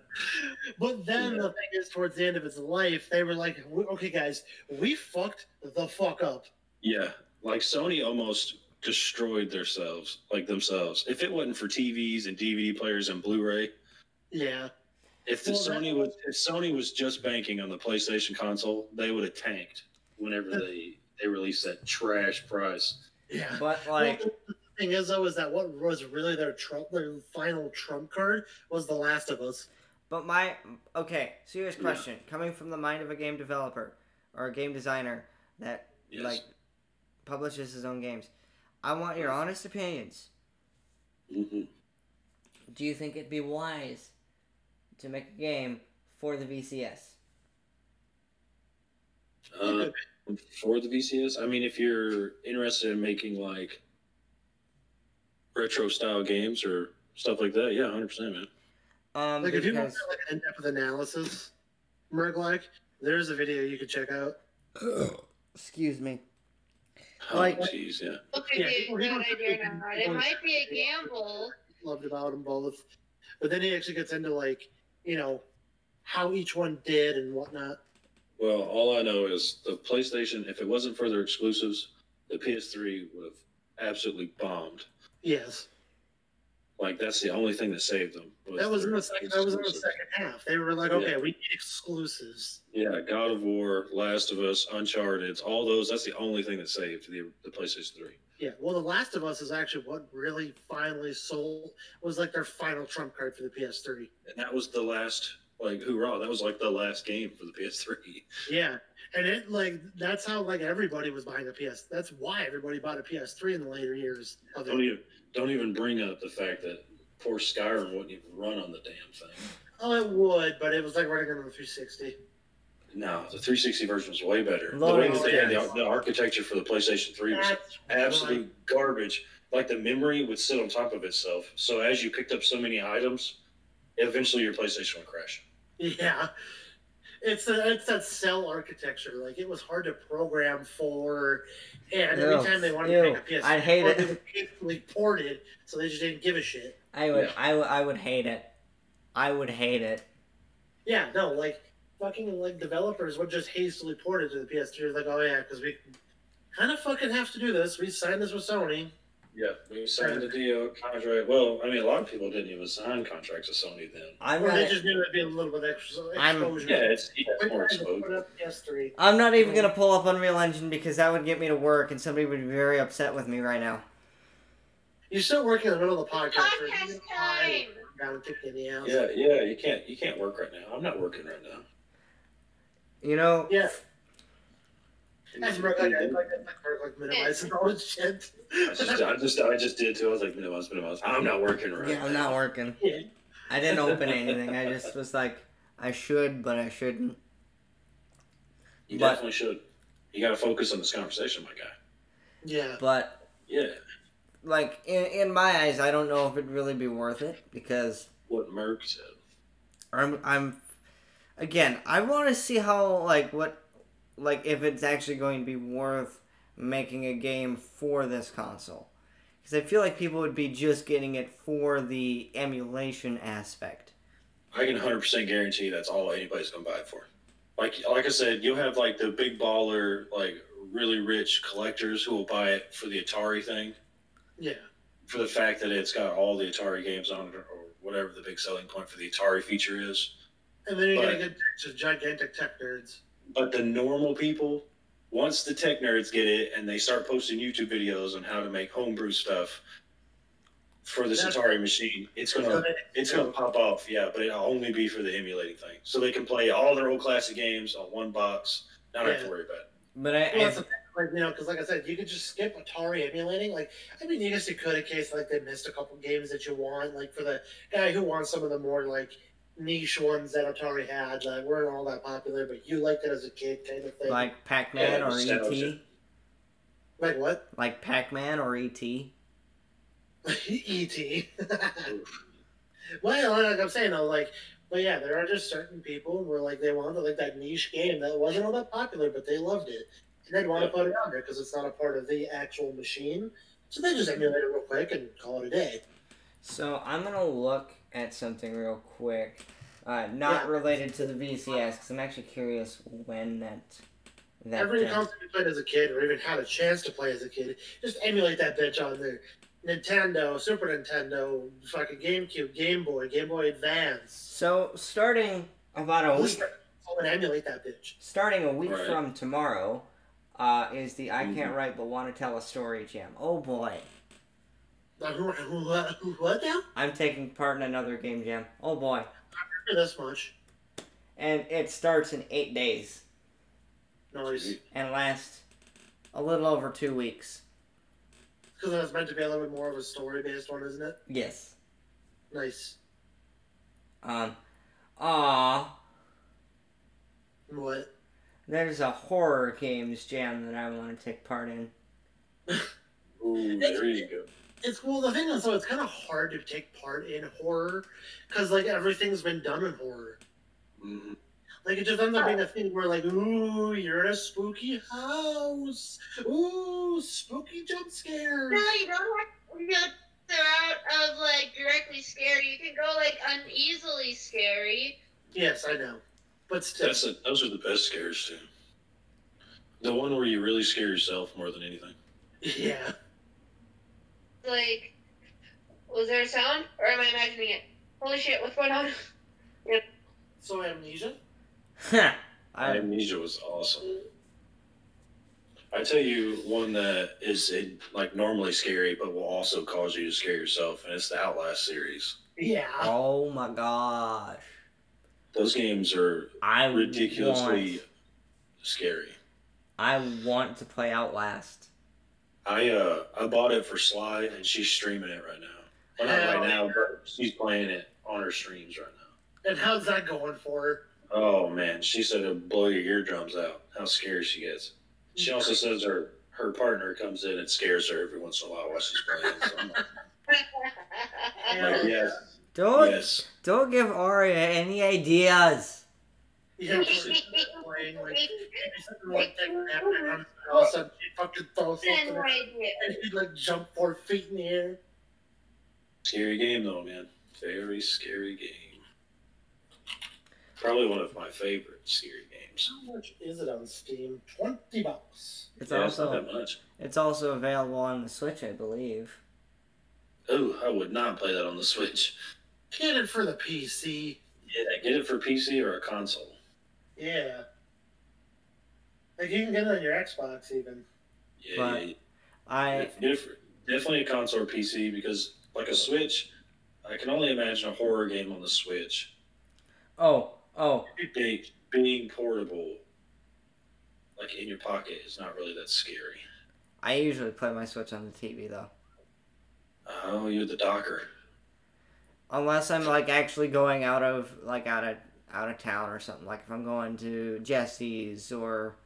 Speaker 2: but then the thing is, towards the end of its life, they were like, "We- "Okay, guys, we fucked the fuck up."
Speaker 3: Yeah, like Sony almost destroyed themselves, like themselves. If it wasn't for TVs and DVD players and Blu-ray,
Speaker 2: Yeah,
Speaker 3: if the
Speaker 2: Well, that-
Speaker 3: Sony was if Sony was just banking on the PlayStation console, they would have tanked whenever they they released that trash price.
Speaker 2: yeah.
Speaker 1: but like
Speaker 2: well, the thing is, though, is that what was really their trump, their final trump card was The Last of Us.
Speaker 1: But my okay, serious
Speaker 3: Yeah.
Speaker 1: question coming from the mind of a game developer or a game designer that
Speaker 3: Yes.
Speaker 1: like publishes his own games. I want your honest opinions.
Speaker 3: hmm
Speaker 1: Do you think it'd be wise to make a game for the VCS?
Speaker 3: Uh, for the VCS, I mean, if you're interested in making like retro style games or stuff like that, yeah, hundred percent, man.
Speaker 1: Um,
Speaker 2: Like, if you want
Speaker 1: because
Speaker 2: like an in-depth analysis, Merg, like, there's a video you could check out.
Speaker 1: excuse me,
Speaker 3: Oh,
Speaker 1: Like-
Speaker 3: jeez, yeah.
Speaker 4: Okay,
Speaker 2: Yeah,
Speaker 4: dude,
Speaker 2: people- people
Speaker 4: good
Speaker 2: should
Speaker 4: idea
Speaker 2: be-
Speaker 4: now. It might be a gamble.
Speaker 2: loved about them both. But then he actually gets into like, you know, how each one did and whatnot.
Speaker 3: Well, all I know is the PlayStation. If it wasn't for their exclusives, the PS3 would have absolutely bombed.
Speaker 2: Yes,
Speaker 3: Like that's the only thing that saved them.
Speaker 2: that was in
Speaker 3: their
Speaker 2: the second. That was in the
Speaker 3: exclusives.
Speaker 2: second half. They were like, okay,
Speaker 3: Yeah.
Speaker 2: we need exclusives.
Speaker 3: Yeah, God of War, Last of Us, Uncharted, all those. That's the only thing that saved the, the PlayStation 3.
Speaker 2: Yeah. Well, The Last of Us is actually what really finally sold was like their final trump card for the PS3.
Speaker 3: And that was the last, like, hoorah, that was like the last game for the PS3.
Speaker 2: Yeah, and it like that's how like everybody was buying a PS. That's why everybody bought a PS3 in the later years of
Speaker 3: Don't
Speaker 2: it.
Speaker 3: even, don't even bring up the fact that poor Skyrim wouldn't even run on the damn thing.
Speaker 2: Oh, it would, but it was like running on the 360.
Speaker 3: No, the 360 version was way better.
Speaker 1: Loading
Speaker 3: the way that they had
Speaker 1: screens.
Speaker 3: the, the architecture for the PlayStation 3 was
Speaker 2: That's
Speaker 3: absolute garbage. Like the memory would sit on top of itself. So as you picked up so many items, eventually your PlayStation would crash.
Speaker 2: Yeah. It's a, it's that cell architecture. Like it was hard to program for, and every
Speaker 1: Ew,
Speaker 2: time they wanted
Speaker 1: ew,
Speaker 2: to make a PS,
Speaker 1: I hate
Speaker 2: or
Speaker 1: it.
Speaker 2: They were basically ported, so they just didn't give a shit.
Speaker 1: I would,
Speaker 3: Yeah.
Speaker 1: I would, I would hate it. I would hate it.
Speaker 2: Yeah, no, like fucking like developers would just hastily port it to the PS3. Like, oh yeah, because we kind of fucking have to do this. We signed this with Sony.
Speaker 3: Yeah, we signed the deal contract. Well, I mean, a lot of people didn't even sign contracts with Sony then.
Speaker 1: I'm
Speaker 2: Or
Speaker 1: not.
Speaker 2: they just knew it'd be a little bit extra
Speaker 1: I'm-
Speaker 2: exposure.
Speaker 3: Yeah, it's, yeah,
Speaker 2: Every
Speaker 3: it's more
Speaker 2: time they put
Speaker 3: exposure.
Speaker 2: up PS3.
Speaker 1: I'm not even gonna pull up Unreal Engine because that would get me to work, and somebody would be very upset with me right now.
Speaker 2: You're still working in the middle of the podcast. right?
Speaker 4: Podcast time.
Speaker 2: Down kicking the ass.
Speaker 3: Yeah, yeah, you can't you can't work right now. I'm not working right now.
Speaker 1: You know,
Speaker 2: Yeah. That's real good. I like that. Like, work, like minimizing all the shit.
Speaker 3: I just, I just, I just did too. I was like, no, it's been a month. I'm not working right.
Speaker 1: Yeah, I'm
Speaker 3: now.
Speaker 1: not working.
Speaker 2: Yeah.
Speaker 1: I didn't open anything. I just was like, I should, but I shouldn't.
Speaker 3: You
Speaker 1: But-
Speaker 3: definitely should. You got to focus on this conversation, my guy.
Speaker 2: Yeah.
Speaker 1: But
Speaker 3: Yeah.
Speaker 1: like in, in my eyes, I don't know if it'd really be worth it because
Speaker 3: What Merck said.
Speaker 1: I'm I'm again. I want to see how like what like if it's actually going to be worth making a game for this console because I feel like people would be just getting it for the emulation aspect.
Speaker 3: I can 100% guarantee that's all anybody's gonna buy it for. Like, like I said, you'll have like the big baller, like really rich collectors who will buy it for the Atari thing,
Speaker 2: Yeah.
Speaker 3: for the fact that it's got all the Atari games on it, or whatever the big selling point for the Atari feature is.
Speaker 2: And then you're
Speaker 3: But-
Speaker 2: gonna get just gigantic tech nerds.
Speaker 3: But the normal people, once the tech nerds get it and they start posting YouTube videos on how to make homebrew stuff, for this Atari machine. It's gonna it's gonna pop off, yeah, but it'll only be for the emulating thing. So they can play all their old classic games on one box. Not have to
Speaker 2: Yeah.
Speaker 3: worry about it.
Speaker 1: But I,
Speaker 2: Well,
Speaker 1: I
Speaker 2: that's the thing right now, because like I said, you could just skip Atari emulating. Like, I mean, you guess you could in case like they missed a couple games that you want. Like for the guy who wants some of the more like niche ones that Atari had that weren't all that popular, but you liked it as a kid, kind of thing.
Speaker 1: like Pac-Man
Speaker 3: Yeah,
Speaker 1: or
Speaker 3: nostalgia.
Speaker 1: ET,
Speaker 2: Like what?
Speaker 1: like Pac-Man or E ET.
Speaker 2: E.T. E well, like I'm saying though, like, but yeah, there are just certain people where like they wanted like that niche game that wasn't all that popular, but they loved it, and they'd want to
Speaker 3: Yeah.
Speaker 2: put it on there because it's not a part of the actual machine. So they just emulate it real quick and call it a day.
Speaker 1: So I'm gonna look at something real quick, uh, not
Speaker 2: Yeah.
Speaker 1: related to the VCS, because I'm actually curious when that that.
Speaker 2: Every
Speaker 1: thing-
Speaker 2: console you played as a kid, or even had a chance to play as a kid, just emulate that bitch on there. Nintendo, Super Nintendo, fucking GameCube, Game Boy, Game Boy Advance.
Speaker 1: So starting about a
Speaker 2: Just
Speaker 1: week,
Speaker 2: fucking emulate that bitch.
Speaker 1: starting a week
Speaker 3: Right.
Speaker 1: from tomorrow, uh, is the I can't
Speaker 3: Mhm.
Speaker 1: write but want to tell a story jam. Oh boy,
Speaker 2: Now, who- who- What who- what now?
Speaker 1: I'm taking part in another game jam. Oh boy,
Speaker 2: Remember This much
Speaker 1: and it starts in eight days
Speaker 2: noise
Speaker 1: and lasts a little over two weeks.
Speaker 2: because it was meant to be a little bit more of a story-based one, isn't it?
Speaker 1: Yes.
Speaker 2: Nice.
Speaker 1: Um. Aww.
Speaker 2: What?
Speaker 1: There's a horror games jam that I want to take part in.
Speaker 3: Ooh, there you go.
Speaker 2: It's well, the thing is, though, it's kind of hard to take part in horror because like everything's been done in horror.
Speaker 3: Mhm.
Speaker 2: Like it just ends up being a thing where like, ooh, you're in a spooky house. Ooh, spooky jump scare.
Speaker 4: No, you don't have to go out of like directly scary. You can go like uneasily scary.
Speaker 2: Yes, I know. But still
Speaker 3: That's the, those are the best scares too. The one where you really scare yourself more than anything.
Speaker 2: Yeah.
Speaker 4: Like, was there a sound, or am I imagining it? Holy shit! What's going on?
Speaker 2: So amnesia?
Speaker 1: I,
Speaker 3: Amnesia was awesome. I tell you one that is eh, like normally scary, but will also cause you to scare yourself, and it's the Outlast series.
Speaker 2: Yeah.
Speaker 1: oh my gosh.
Speaker 3: Those games are
Speaker 1: I
Speaker 3: ridiculously
Speaker 1: Want,
Speaker 3: scary.
Speaker 1: I want to play Outlast.
Speaker 3: I uh I bought it for Sly, and she's streaming it right now. Well, not right now, but she's playing it on her streams right now.
Speaker 2: And how's that going for her?
Speaker 3: Oh man, she said it'll blow your eardrums out. How scared she gets. She also says her her partner comes in and scares her every once in a while while she's playing. So I'm like,
Speaker 2: Yeah.
Speaker 3: yes,
Speaker 1: Don't
Speaker 3: yes.
Speaker 1: don't give Aria any ideas.
Speaker 2: Yeah, playing like maybe something like that would happen and all of a sudden she fucking throws something
Speaker 4: no
Speaker 2: at him,
Speaker 4: idea.
Speaker 2: and he'd like jump four feet in the air.
Speaker 3: Scary game though, man. Very scary game. Probably one of my favorite scary games.
Speaker 2: How much is it on Steam? Twenty bucks.
Speaker 1: It's
Speaker 3: Yeah, it's not
Speaker 1: also
Speaker 3: that much.
Speaker 1: it's also available on the Switch, I believe.
Speaker 3: Oh, I would not play that on the Switch.
Speaker 2: Get it for the PC.
Speaker 3: Yeah, get it for PC or a console.
Speaker 2: Yeah. Like you can get it on your Xbox even.
Speaker 3: Yeah,
Speaker 1: But-
Speaker 3: yeah, yeah.
Speaker 1: I
Speaker 3: Def- def- definitely a console or PC because like a Switch, I can only imagine a horror game on the Switch
Speaker 1: oh oh
Speaker 3: being being portable, like in your pocket, is not really that scary.
Speaker 1: I usually play my Switch on the TV though,
Speaker 3: Oh, you're the docker.
Speaker 1: unless I'm like actually going out of like out of out of town or something. Like if I'm going to Jesse's or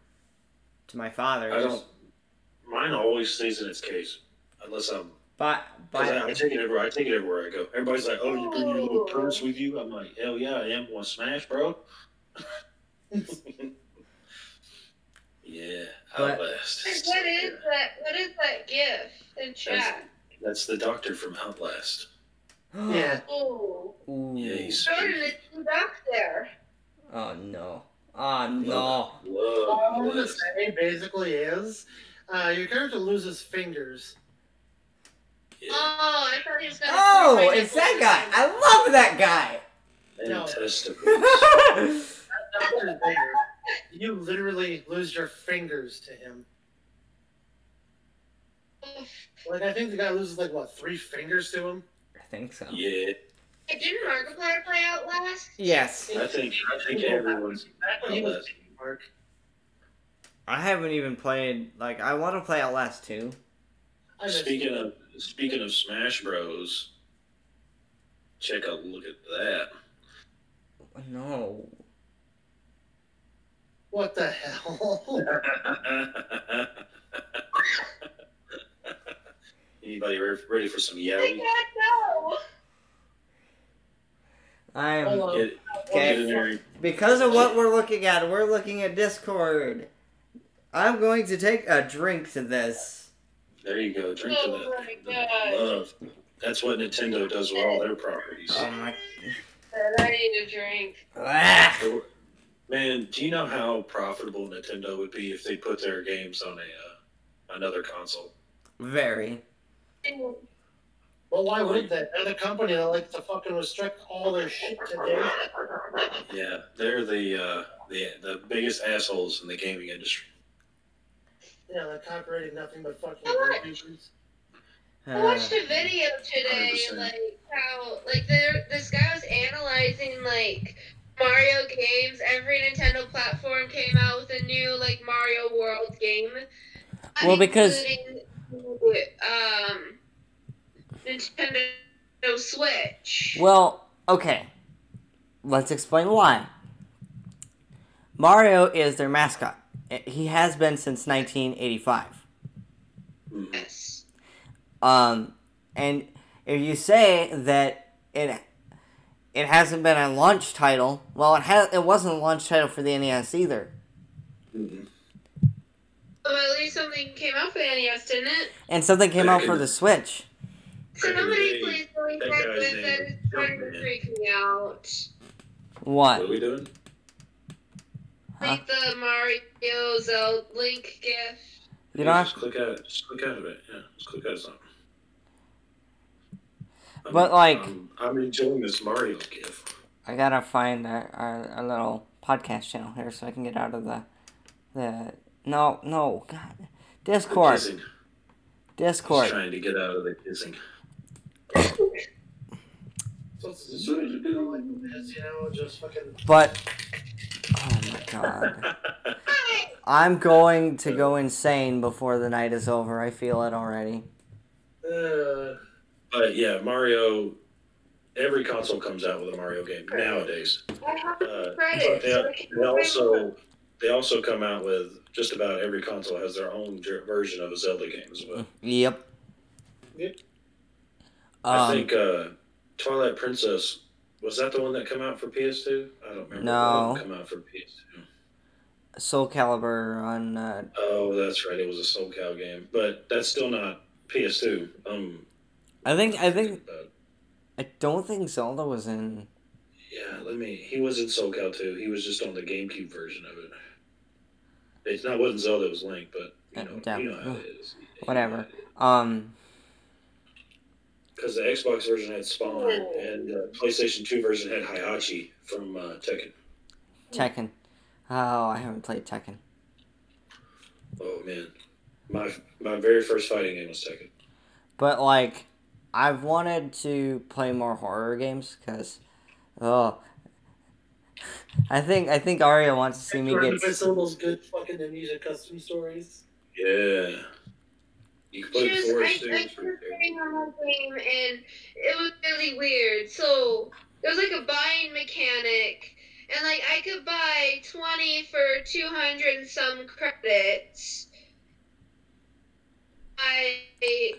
Speaker 1: to my
Speaker 3: I
Speaker 1: father's.
Speaker 3: don't. Mine always stays in its case unless I'm
Speaker 1: But
Speaker 3: Cause I, I
Speaker 1: but
Speaker 3: take it everywhere. I take it everywhere I go. Everybody's like, "Oh, you bring your little purse with you?" I'm like, "Hell yeah, I am going Smash, bro." yeah,
Speaker 1: But-
Speaker 3: Outlast.
Speaker 4: What is that? What is that gift in chat?
Speaker 3: That's the doctor from Outlast.
Speaker 4: Ooh,
Speaker 1: Ooh.
Speaker 3: Yeah, he's
Speaker 4: Jordan is back there.
Speaker 1: Oh no. Oh no.
Speaker 3: Love
Speaker 2: All I'm gonna
Speaker 3: Outlast.
Speaker 2: say basically is, uh, your character loses fingers.
Speaker 3: Yeah.
Speaker 4: Oh, I thought he was gonna.
Speaker 1: Oh, it's that guy. I love that guy.
Speaker 3: And
Speaker 2: No.
Speaker 3: testicles.
Speaker 2: Doctor there, you literally lose your fingers to him.
Speaker 4: Oof.
Speaker 2: Like I think the guy loses like what three fingers to him.
Speaker 1: I think so.
Speaker 3: Yeah,
Speaker 4: Hey, Didn't Markiplier play out last?
Speaker 1: Yes.
Speaker 3: I think I think everyone's
Speaker 2: He was Mark.
Speaker 1: I haven't even played. Like I want to play Outlast two.
Speaker 2: I missed
Speaker 3: Speaking
Speaker 2: it.
Speaker 3: of speaking of Smash Bros, check a look at that.
Speaker 1: No.
Speaker 2: what the hell?
Speaker 3: Anybody re- ready for some
Speaker 4: I
Speaker 3: yelling?
Speaker 4: can't know.
Speaker 1: I'm
Speaker 2: Hold on.
Speaker 3: Get, get in
Speaker 1: okay.
Speaker 3: there.
Speaker 1: Because of what we're looking at, we're looking at Discord. I'm going to take a drink to this.
Speaker 3: There you go. Drink to
Speaker 4: Oh
Speaker 3: that.
Speaker 4: my God.
Speaker 3: Love. That's what Nintendo does with all their properties.
Speaker 1: Oh my.
Speaker 4: Man, I need a drink.
Speaker 1: Ah.
Speaker 3: Man, do you know how profitable Nintendo would be if they put their games on a uh, another console?
Speaker 1: Very.
Speaker 2: Well, why would that? They're the company that likes to fucking restrict all their shit to their
Speaker 3: Yeah, they're the uh, the the biggest assholes in the gaming industry.
Speaker 2: Yeah, they're copyrighting nothing but fucking
Speaker 4: How much?
Speaker 2: movies.
Speaker 4: I
Speaker 1: Uh,
Speaker 4: watched a video today,
Speaker 3: 100%.
Speaker 4: like how like there this guy was analyzing like Mario games. Every Nintendo platform came out with a new like Mario World game. not
Speaker 1: Well, because-
Speaker 4: including, um Nintendo Switch.
Speaker 1: well, okay. Let's explain why. Mario is their mascot. He has been since 1985.
Speaker 3: Mhm.
Speaker 4: Yes.
Speaker 1: Um, and if you say that it it hasn't been a launch title, well, it ha- it wasn't a launch title for the NES either.
Speaker 3: Mhm.
Speaker 4: Well, at least something came out for the NES, didn't it?
Speaker 1: And something came out for the Switch.
Speaker 4: So
Speaker 3: Back in the
Speaker 4: nobody
Speaker 3: day,
Speaker 4: plays really
Speaker 3: that
Speaker 4: back
Speaker 3: guy's
Speaker 4: with
Speaker 3: name was
Speaker 4: that. It's kind of
Speaker 3: Jumpman.
Speaker 4: freaking me out.
Speaker 3: What are
Speaker 1: What?
Speaker 3: we doing?
Speaker 1: Huh?
Speaker 4: Like the Mario Zelda Link
Speaker 1: You
Speaker 4: gif.
Speaker 3: Yeah,
Speaker 1: don't
Speaker 3: just click out. Just click out of it. Yeah, just click out of something. I'm-
Speaker 1: But, like-
Speaker 3: I'm, um, I'm enjoying this Mario gift.
Speaker 1: I gotta find our, our, our little podcast channel here so I can get out of the the no no God Discord
Speaker 3: Kissing. Just
Speaker 1: Discord.
Speaker 3: trying to get out of the kissing.
Speaker 2: So it's as soon as you do like this, you know, just fucking.
Speaker 1: But oh my God,
Speaker 4: Hi.
Speaker 1: I'm going to go insane before the night is over. I feel it already.
Speaker 2: Uh,
Speaker 3: but yeah, Mario. Every console comes out with a Mario game nowadays.
Speaker 4: I have
Speaker 3: Uh,
Speaker 4: credit.
Speaker 3: they, they also they also come out with just about every console has their own jer- version of a Zelda game as well.
Speaker 1: Yep.
Speaker 2: Yep.
Speaker 3: I
Speaker 1: Um,
Speaker 3: think uh, Twilight Princess was that the one that came out for PS2? I don't remember.
Speaker 1: No.
Speaker 3: come out for PS2.
Speaker 1: Soul Calibur on uh,
Speaker 3: Oh, that's right. It was a Soul Cow game, but that's still not PS2. Um,
Speaker 1: I think I think
Speaker 3: uh,
Speaker 1: I don't think Zelda was in
Speaker 3: yeah. Let me. He was in Soul Cow too. He was just on the GameCube version of it. It's not wasn't Zelda. It was Link, but
Speaker 1: Uh,
Speaker 3: you know,
Speaker 1: damn.
Speaker 3: you know how it is.
Speaker 1: Whatever. um
Speaker 3: Because the Xbox version had Spawn, and the PlayStation 2 version had Hayachi from uh, Tekken.
Speaker 1: Tekken. Oh, I haven't played Tekken.
Speaker 3: Oh man, my my very first fighting game was Tekken.
Speaker 1: But like I've wanted to play more horror games cuz oh I think I think Aria wants to see me
Speaker 2: remember
Speaker 1: get
Speaker 2: some of those good fucking amnesia custom stories.
Speaker 3: Yeah. You can play
Speaker 4: She was, I,
Speaker 3: Forest
Speaker 4: I
Speaker 3: Dunes
Speaker 4: was
Speaker 3: for there.
Speaker 4: playing on that game and it was really weird. So there was like a buying mechanic, and like I could buy twenty for two hundred and some credits. I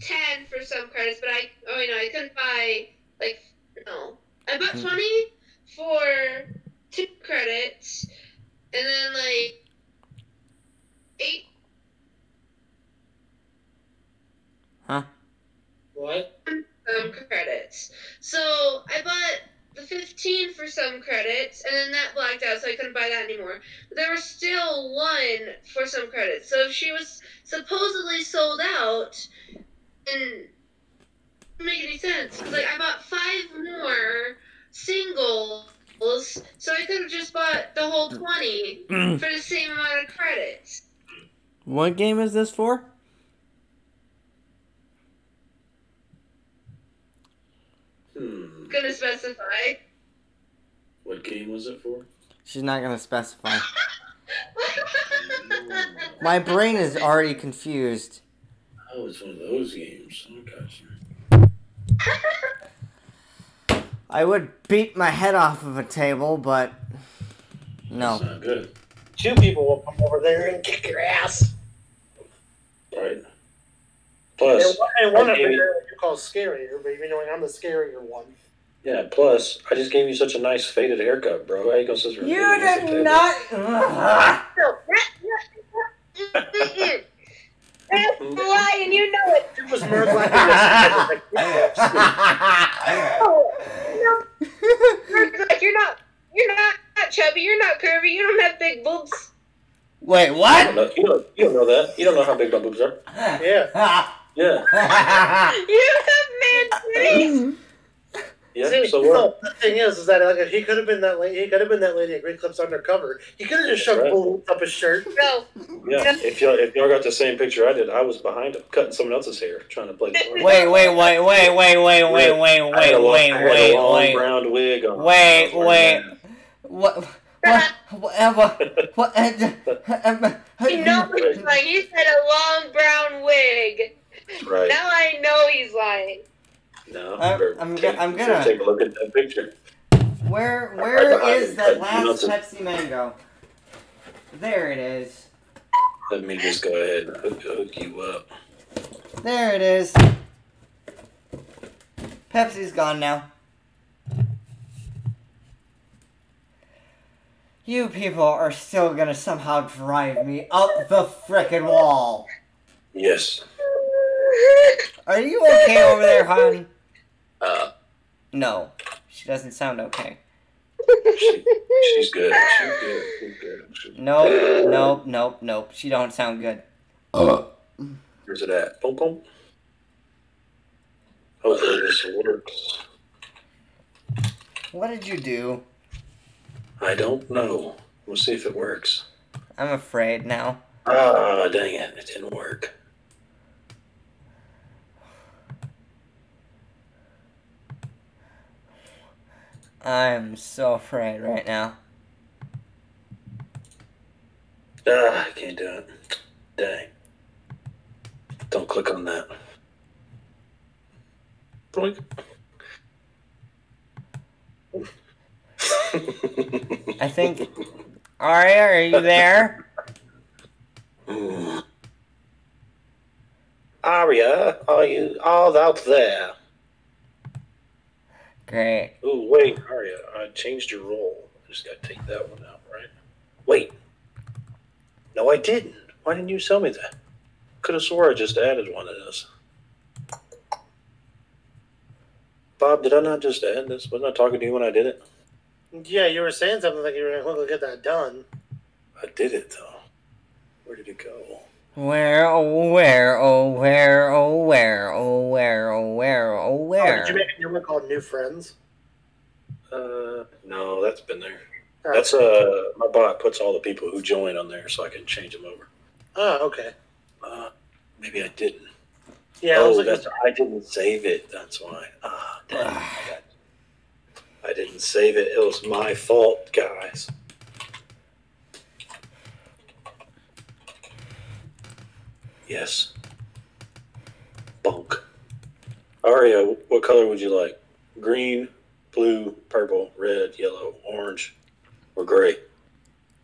Speaker 4: ten for some credits, but I oh you know I couldn't buy like no I bought
Speaker 1: Hmm.
Speaker 4: twenty for two credits, and then like eight
Speaker 2: What?
Speaker 4: some credits. So I bought the 15 for some credits, and then that blacked out, so I couldn't buy that anymore. But there was still one for some credits. So if she was supposedly sold out, and it didn't make any sense. 'cause, like I bought five more singles, so I could have just bought the whole 20 for the same amount of credits.
Speaker 1: What game is this for?
Speaker 3: Hmm.
Speaker 4: Gonna specify.
Speaker 3: What game was it for?
Speaker 1: She's not gonna specify. My brain is already confused.
Speaker 3: Oh, it's one of those games. Oh, gotcha.
Speaker 1: I would beat my head off of a table, but
Speaker 3: It's
Speaker 1: no.
Speaker 3: not good.
Speaker 2: Two people will come over there and kick your ass.
Speaker 3: Right.
Speaker 2: And
Speaker 3: Plus,
Speaker 2: one, and one of
Speaker 3: Okay.
Speaker 2: them you call scarier, but even knowing I'm the scarier one.
Speaker 3: yeah, plus, I just gave you such a nice faded haircut, bro. How you gonna sit there and
Speaker 1: You
Speaker 3: beat me at the
Speaker 1: did
Speaker 3: table?
Speaker 1: not. Ugh.
Speaker 4: No, that- that- That's a lie, and you know it.
Speaker 2: It was more like it was-
Speaker 4: No, no, Oh, you're like, you're not, you're not chubby. You're not curvy. You don't have big boobs.
Speaker 1: Wait,
Speaker 3: You don't
Speaker 1: what?
Speaker 3: know- You don't, you don't know that. You don't know how big my boobs are.
Speaker 2: yeah.
Speaker 3: Yeah.
Speaker 4: You don't have man titties.
Speaker 3: Yeah.
Speaker 2: See,
Speaker 3: So what?
Speaker 2: no, the thing is, is that like he could have been that lady. He could have been that lady at Green Clips undercover. He could have just shoved
Speaker 3: Right.
Speaker 2: bullets up his shirt.
Speaker 4: No,
Speaker 3: Yeah. If y'all, if y'all got the same picture I did, I was behind him, cutting someone else's hair, trying to play the part.
Speaker 1: Wait, wait, wait, wait, wait, wait, wait, wait, wait,
Speaker 3: I had a long, I had a
Speaker 1: wait,
Speaker 3: long
Speaker 1: wait, wait.
Speaker 3: brown wig on.
Speaker 1: Wait,
Speaker 3: I was wearing
Speaker 1: What? What? What? What? What?
Speaker 4: you know he's lying. He said a long brown wig.
Speaker 3: that. Right.
Speaker 4: Now I know he's lying.
Speaker 3: No,
Speaker 1: I'm-
Speaker 3: or
Speaker 1: Uh, I'm go-
Speaker 3: take-
Speaker 1: I'm gonna-
Speaker 3: take a look at that picture.
Speaker 1: Where
Speaker 3: Right
Speaker 1: where
Speaker 3: behind
Speaker 1: is
Speaker 3: you,
Speaker 1: that
Speaker 3: but
Speaker 1: last
Speaker 3: nothing.
Speaker 1: Pepsi mango? There it is.
Speaker 3: Let me just go ahead and hook, hook you up.
Speaker 1: There it is. Pepsi's gone now. You people are still gonna somehow drive me up the frickin' wall.
Speaker 3: Yes.
Speaker 1: Are you okay over there, hon?
Speaker 3: Uh,
Speaker 1: No, she doesn't sound okay.
Speaker 3: she, she's good. She's good. She's good. She-
Speaker 1: Nope, nope, nope, nope. She don't sound good.
Speaker 3: Where's it at? Boom, boom. Hopefully this works.
Speaker 1: What did you do?
Speaker 3: I don't know. We'll see if it works.
Speaker 1: I'm afraid now.
Speaker 3: Ah, dang it. It didn't work.
Speaker 1: I'm so afraid right now.
Speaker 3: Ah, I can't do it. Dang. Don't click on that. Click.
Speaker 1: I think. Aria, are you there?
Speaker 3: Aria, are you all out there?
Speaker 1: Great.
Speaker 3: Oh, wait, Aria, I changed your role. I just gotta take that one out, right? Wait. No, I didn't. Why didn't you tell me that? Could have swore I just added one of those. Bob, did I not just add this? Wasn't I talking to you when I did it?
Speaker 2: Yeah, you were saying something like you were going to get that done.
Speaker 3: I did it, though. Where did it go?
Speaker 1: Where, oh, where, oh, where, oh, where, oh, where, oh, where, oh,
Speaker 2: Oh, did
Speaker 1: where?
Speaker 2: you make a new one called New Friends?
Speaker 3: Uh, no, that's been there.
Speaker 2: Oh,
Speaker 3: That's uh, my bot puts all the people who join on there so I can change them over.
Speaker 2: oh, okay.
Speaker 3: Uh, maybe I didn't.
Speaker 2: Yeah, I
Speaker 3: oh,
Speaker 2: was looking.
Speaker 3: that's, I didn't save it. That's why. Ah, damn. I, got- I didn't save it. It was my fault, guys. Yes. Bonk. Aria, what color would you like? Green, blue, purple, red, yellow, orange, or gray?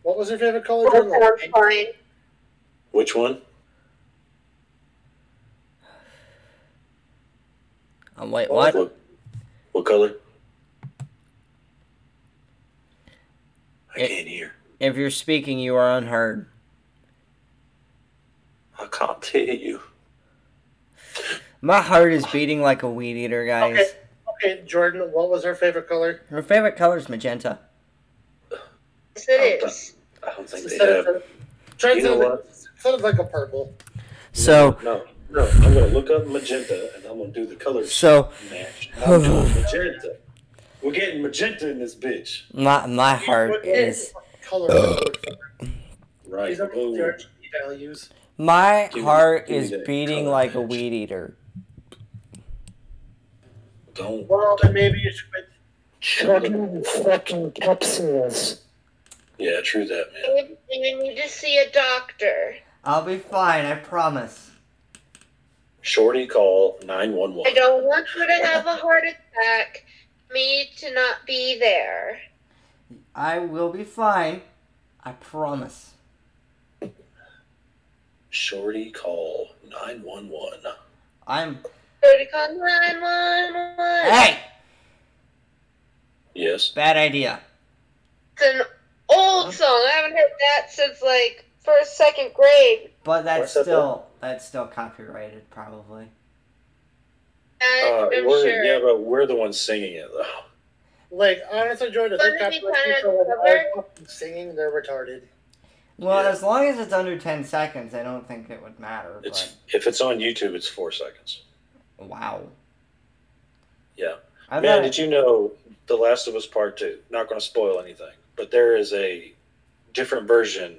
Speaker 2: What was your favorite color? during
Speaker 4: That
Speaker 2: the-
Speaker 4: sounds fine.
Speaker 3: Which one?
Speaker 1: Um, wait,
Speaker 2: Oh.
Speaker 1: what?
Speaker 3: What, what color? I
Speaker 1: It-
Speaker 3: can't hear.
Speaker 1: If you're speaking, you are unheard.
Speaker 3: I can't hear you.
Speaker 1: My heart is beating like a weed eater, guys.
Speaker 2: Okay. Okay, Jordan, what was her favorite color?
Speaker 1: Her favorite color is magenta.
Speaker 4: Yes, it is.
Speaker 3: I don't think they
Speaker 2: Instead
Speaker 3: have.
Speaker 2: of, try
Speaker 3: You know
Speaker 2: something-
Speaker 3: what?
Speaker 2: instead of like a purple.
Speaker 1: So,
Speaker 3: No, no. I'm gonna look up magenta and I'm gonna do the color
Speaker 1: so
Speaker 3: match. I'm doing magenta. We're getting magenta in this bitch.
Speaker 1: my my heart is
Speaker 2: Color.
Speaker 3: Right.
Speaker 2: These are
Speaker 3: Boom.
Speaker 2: your values.
Speaker 1: my
Speaker 3: Give me-
Speaker 1: heart
Speaker 3: give me
Speaker 1: is
Speaker 3: that
Speaker 1: beating
Speaker 3: color
Speaker 1: like a
Speaker 3: match.
Speaker 1: weed eater.
Speaker 3: Don't.
Speaker 5: Well, then maybe you should quit.
Speaker 2: Chugging fucking capsules.
Speaker 3: Yeah, true that, man.
Speaker 4: Maybe you need to see a doctor.
Speaker 1: I'll be fine, I promise.
Speaker 3: Shorty, call nine one
Speaker 4: I
Speaker 3: one.
Speaker 4: don't want you to have a heart attack. Me to not be there.
Speaker 1: I will be fine. I promise.
Speaker 3: Shorty, call nine one one.
Speaker 1: I'm.
Speaker 4: Go to call 911.
Speaker 1: Hey!
Speaker 3: Yes.
Speaker 1: Bad idea.
Speaker 4: It's an old song. I haven't heard that since like first, second grade.
Speaker 1: But that's
Speaker 3: What's that
Speaker 1: still that's still copyrighted, probably.
Speaker 4: I-
Speaker 3: Uh,
Speaker 4: I'm
Speaker 3: we're,
Speaker 4: sure.
Speaker 3: Yeah, but we're the ones singing it though.
Speaker 2: Like, honestly, Jordan,
Speaker 4: Wouldn't
Speaker 2: they got
Speaker 4: it be
Speaker 2: like,
Speaker 4: kinda
Speaker 2: people without
Speaker 4: clever?
Speaker 2: fucking singing, they're retarded.
Speaker 1: Well,
Speaker 3: Yeah.
Speaker 1: as long as it's under ten seconds, I don't think it would matter.
Speaker 3: It's if it's on YouTube, it's four seconds.
Speaker 1: But wow.
Speaker 3: Yeah.
Speaker 1: I
Speaker 3: Man,
Speaker 1: thought
Speaker 3: did you know The Last of Us Part Two? Not going to spoil anything, but there is a different version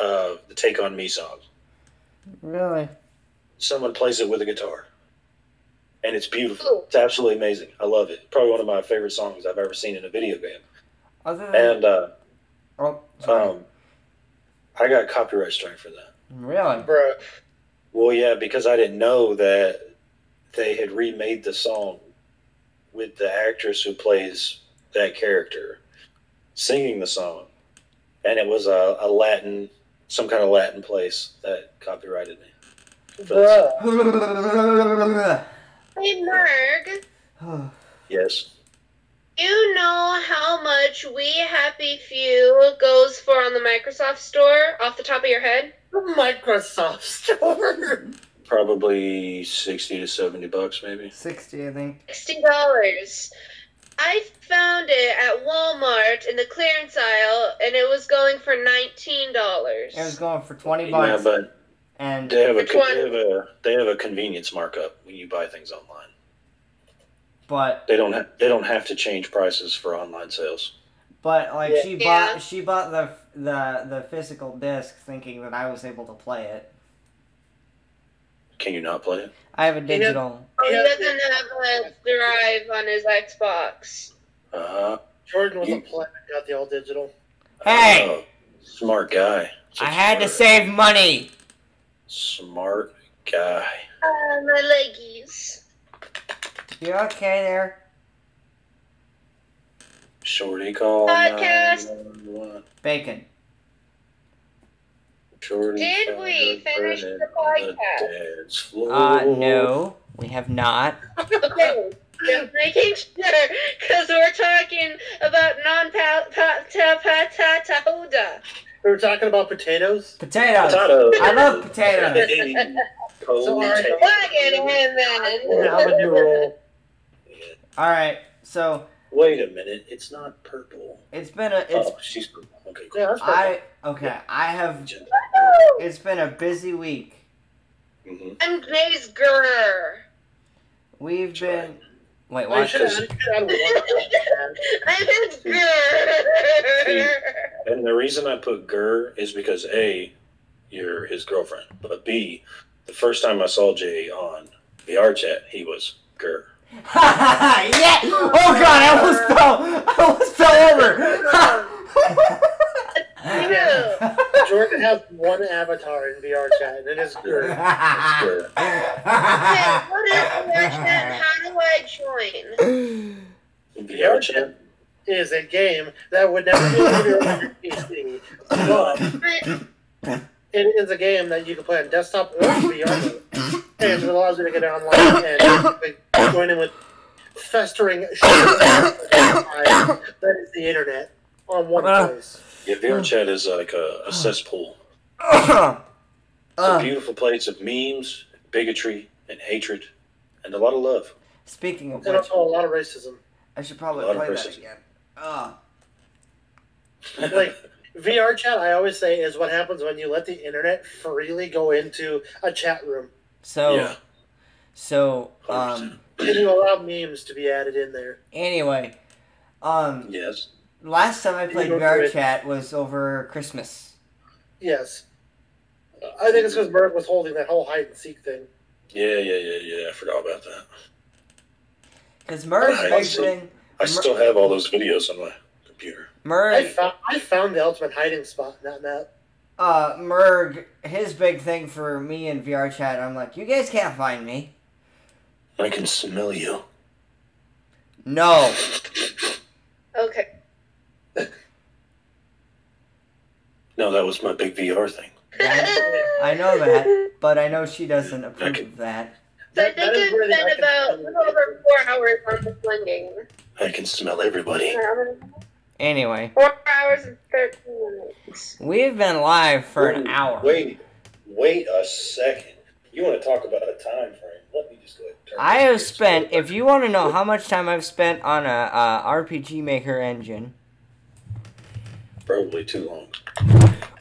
Speaker 3: of the "Take on Me" song.
Speaker 1: really.
Speaker 3: Someone plays it with a guitar, and it's beautiful.
Speaker 4: Cool.
Speaker 3: It's absolutely amazing. I love it. Probably one of my favorite songs I've ever seen in a video game.
Speaker 1: Other than
Speaker 3: And uh,
Speaker 1: oh, sorry.
Speaker 3: um, I got copyright strike for that.
Speaker 1: really?
Speaker 2: Bruh.
Speaker 3: Well, yeah, because I didn't know that they had remade the song with the actress who plays that character singing the song, and it was a, a Latin, some kind of Latin place that copyrighted me.
Speaker 2: Bruh.
Speaker 4: Hey, Merg,
Speaker 3: Yes,
Speaker 4: you know how much We Happy Few goes for on the Microsoft Store off the top of your head?
Speaker 2: The Microsoft Store.
Speaker 3: probably sixty to seventy bucks, maybe.
Speaker 1: Sixty, I think.
Speaker 4: $60. I found it at Walmart in the clearance aisle and it was going for $19.
Speaker 1: It was going for twenty
Speaker 3: Yeah,
Speaker 1: bucks,
Speaker 3: but
Speaker 1: and
Speaker 3: they have a
Speaker 4: Which one?
Speaker 3: they have a they have a convenience markup when you buy things online.
Speaker 1: but
Speaker 3: They don't ha- they don't have to change prices for online sales.
Speaker 1: but like
Speaker 2: Yeah.
Speaker 1: she
Speaker 4: Yeah.
Speaker 1: bought she bought the the the physical disc, thinking that I was able to play it.
Speaker 3: Can you not play it?
Speaker 1: I have a
Speaker 2: know-
Speaker 1: digital.
Speaker 4: Oh, he doesn't have a drive on his Xbox.
Speaker 3: Uh,
Speaker 2: Jordan was a
Speaker 3: You-
Speaker 2: player and got the all digital.
Speaker 1: Hey!
Speaker 3: Oh, smart guy.
Speaker 1: I had to
Speaker 3: Smart-
Speaker 1: save money.
Speaker 3: Smart guy.
Speaker 4: Ah, my leggies.
Speaker 1: You okay there?
Speaker 3: Shorty call.
Speaker 4: Podcast.
Speaker 3: 911.
Speaker 1: Bacon.
Speaker 3: Shorty
Speaker 4: Did
Speaker 3: found
Speaker 4: we
Speaker 3: a
Speaker 4: finish
Speaker 3: friend
Speaker 4: the
Speaker 3: on
Speaker 4: podcast?
Speaker 3: dance floor.
Speaker 1: Uh, no, we have not.
Speaker 4: Okay, just making sure, because we're talking about non-patata.
Speaker 2: We were talking about potatoes.
Speaker 1: Potatoes.
Speaker 3: Potatoes.
Speaker 1: I love potatoes.
Speaker 3: Hey, cold
Speaker 2: Sorry.
Speaker 3: take.
Speaker 4: Wagon him then.
Speaker 2: Yeah, I'm a new role.
Speaker 1: All right, so
Speaker 3: Wait a minute. It's not purple.
Speaker 1: it's been a it's
Speaker 3: oh, she's purple. Okay, cool.
Speaker 2: Yeah, that's perfect.
Speaker 1: I okay I have it's been a busy week.
Speaker 3: Mhm.
Speaker 4: I'm Grace Gurr.
Speaker 1: We've been wait
Speaker 2: Well, you
Speaker 1: what?
Speaker 2: should add, you should add one.
Speaker 4: I'm his Gurr.
Speaker 3: And the reason I put Gur is because A, you're his girlfriend. But B, the first time I saw Jay on VR chat, he was Gur.
Speaker 1: yeah! Oh god, I almost fell. I almost fell
Speaker 2: Jordan has one avatar in VR chat, and it is good.
Speaker 3: Gur.
Speaker 4: Okay, what is your chat? How do I join?
Speaker 3: VR chat?
Speaker 2: Is a game that would never be included on your PC, but it is a game that you can play on desktop or VR, mode, and it allows you to get online and like, join in with festering shit that is the internet on one
Speaker 1: Uh.
Speaker 2: place.
Speaker 3: Yeah, VR chat is like a, a cesspool. It's a
Speaker 1: Uh,
Speaker 3: beautiful place of memes, bigotry, and hatred, and a lot of love.
Speaker 1: speaking of
Speaker 2: And
Speaker 1: which,
Speaker 2: also a lot of racism.
Speaker 1: I should probably
Speaker 3: A lot of
Speaker 1: play that
Speaker 3: racism.
Speaker 1: again. Uh,
Speaker 2: Like VR chat, I always say is what happens when you let the internet freely go into a chat room.
Speaker 1: so
Speaker 3: Yeah.
Speaker 1: so
Speaker 3: 100%.
Speaker 1: um
Speaker 2: Can you allow memes to be added in there?
Speaker 1: anyway um
Speaker 3: yes.
Speaker 1: last time I played
Speaker 2: don't do
Speaker 1: VR
Speaker 2: it.
Speaker 1: chat was over Christmas.
Speaker 2: Yes. I think it's because Merv was holding that whole hide and seek thing.
Speaker 3: Yeah, yeah, yeah, yeah. I forgot about that.
Speaker 1: Because Murray's
Speaker 3: I
Speaker 1: big
Speaker 3: see.
Speaker 1: thing.
Speaker 3: I still have all those videos on my computer.
Speaker 6: I
Speaker 1: Murray,
Speaker 6: found, I found the ultimate hiding spot in that map.
Speaker 1: uh, Merg, his big thing for me in VR chat. I'm like, you guys can't find me.
Speaker 3: I can smell you.
Speaker 1: No,
Speaker 4: Okay.
Speaker 3: No, that was my big VR thing.
Speaker 1: That- I know that, but I know she doesn't approve of that.
Speaker 4: So I
Speaker 6: That- that
Speaker 4: think
Speaker 6: is
Speaker 4: I've
Speaker 6: where the- I
Speaker 4: spent
Speaker 6: can-
Speaker 4: about a little over four hours on this one game.
Speaker 3: I can smell everybody.
Speaker 1: Anyway,
Speaker 4: Four hours and 13 minutes.
Speaker 1: we've been live for an hour.
Speaker 3: Wait, wait a second. You want to talk about a time frame? Let me just go ahead and turn
Speaker 1: I
Speaker 3: this
Speaker 1: have
Speaker 3: here.
Speaker 1: spent, if you want to know how much time I've spent on a uh, RPG Maker engine.
Speaker 3: Probably too long.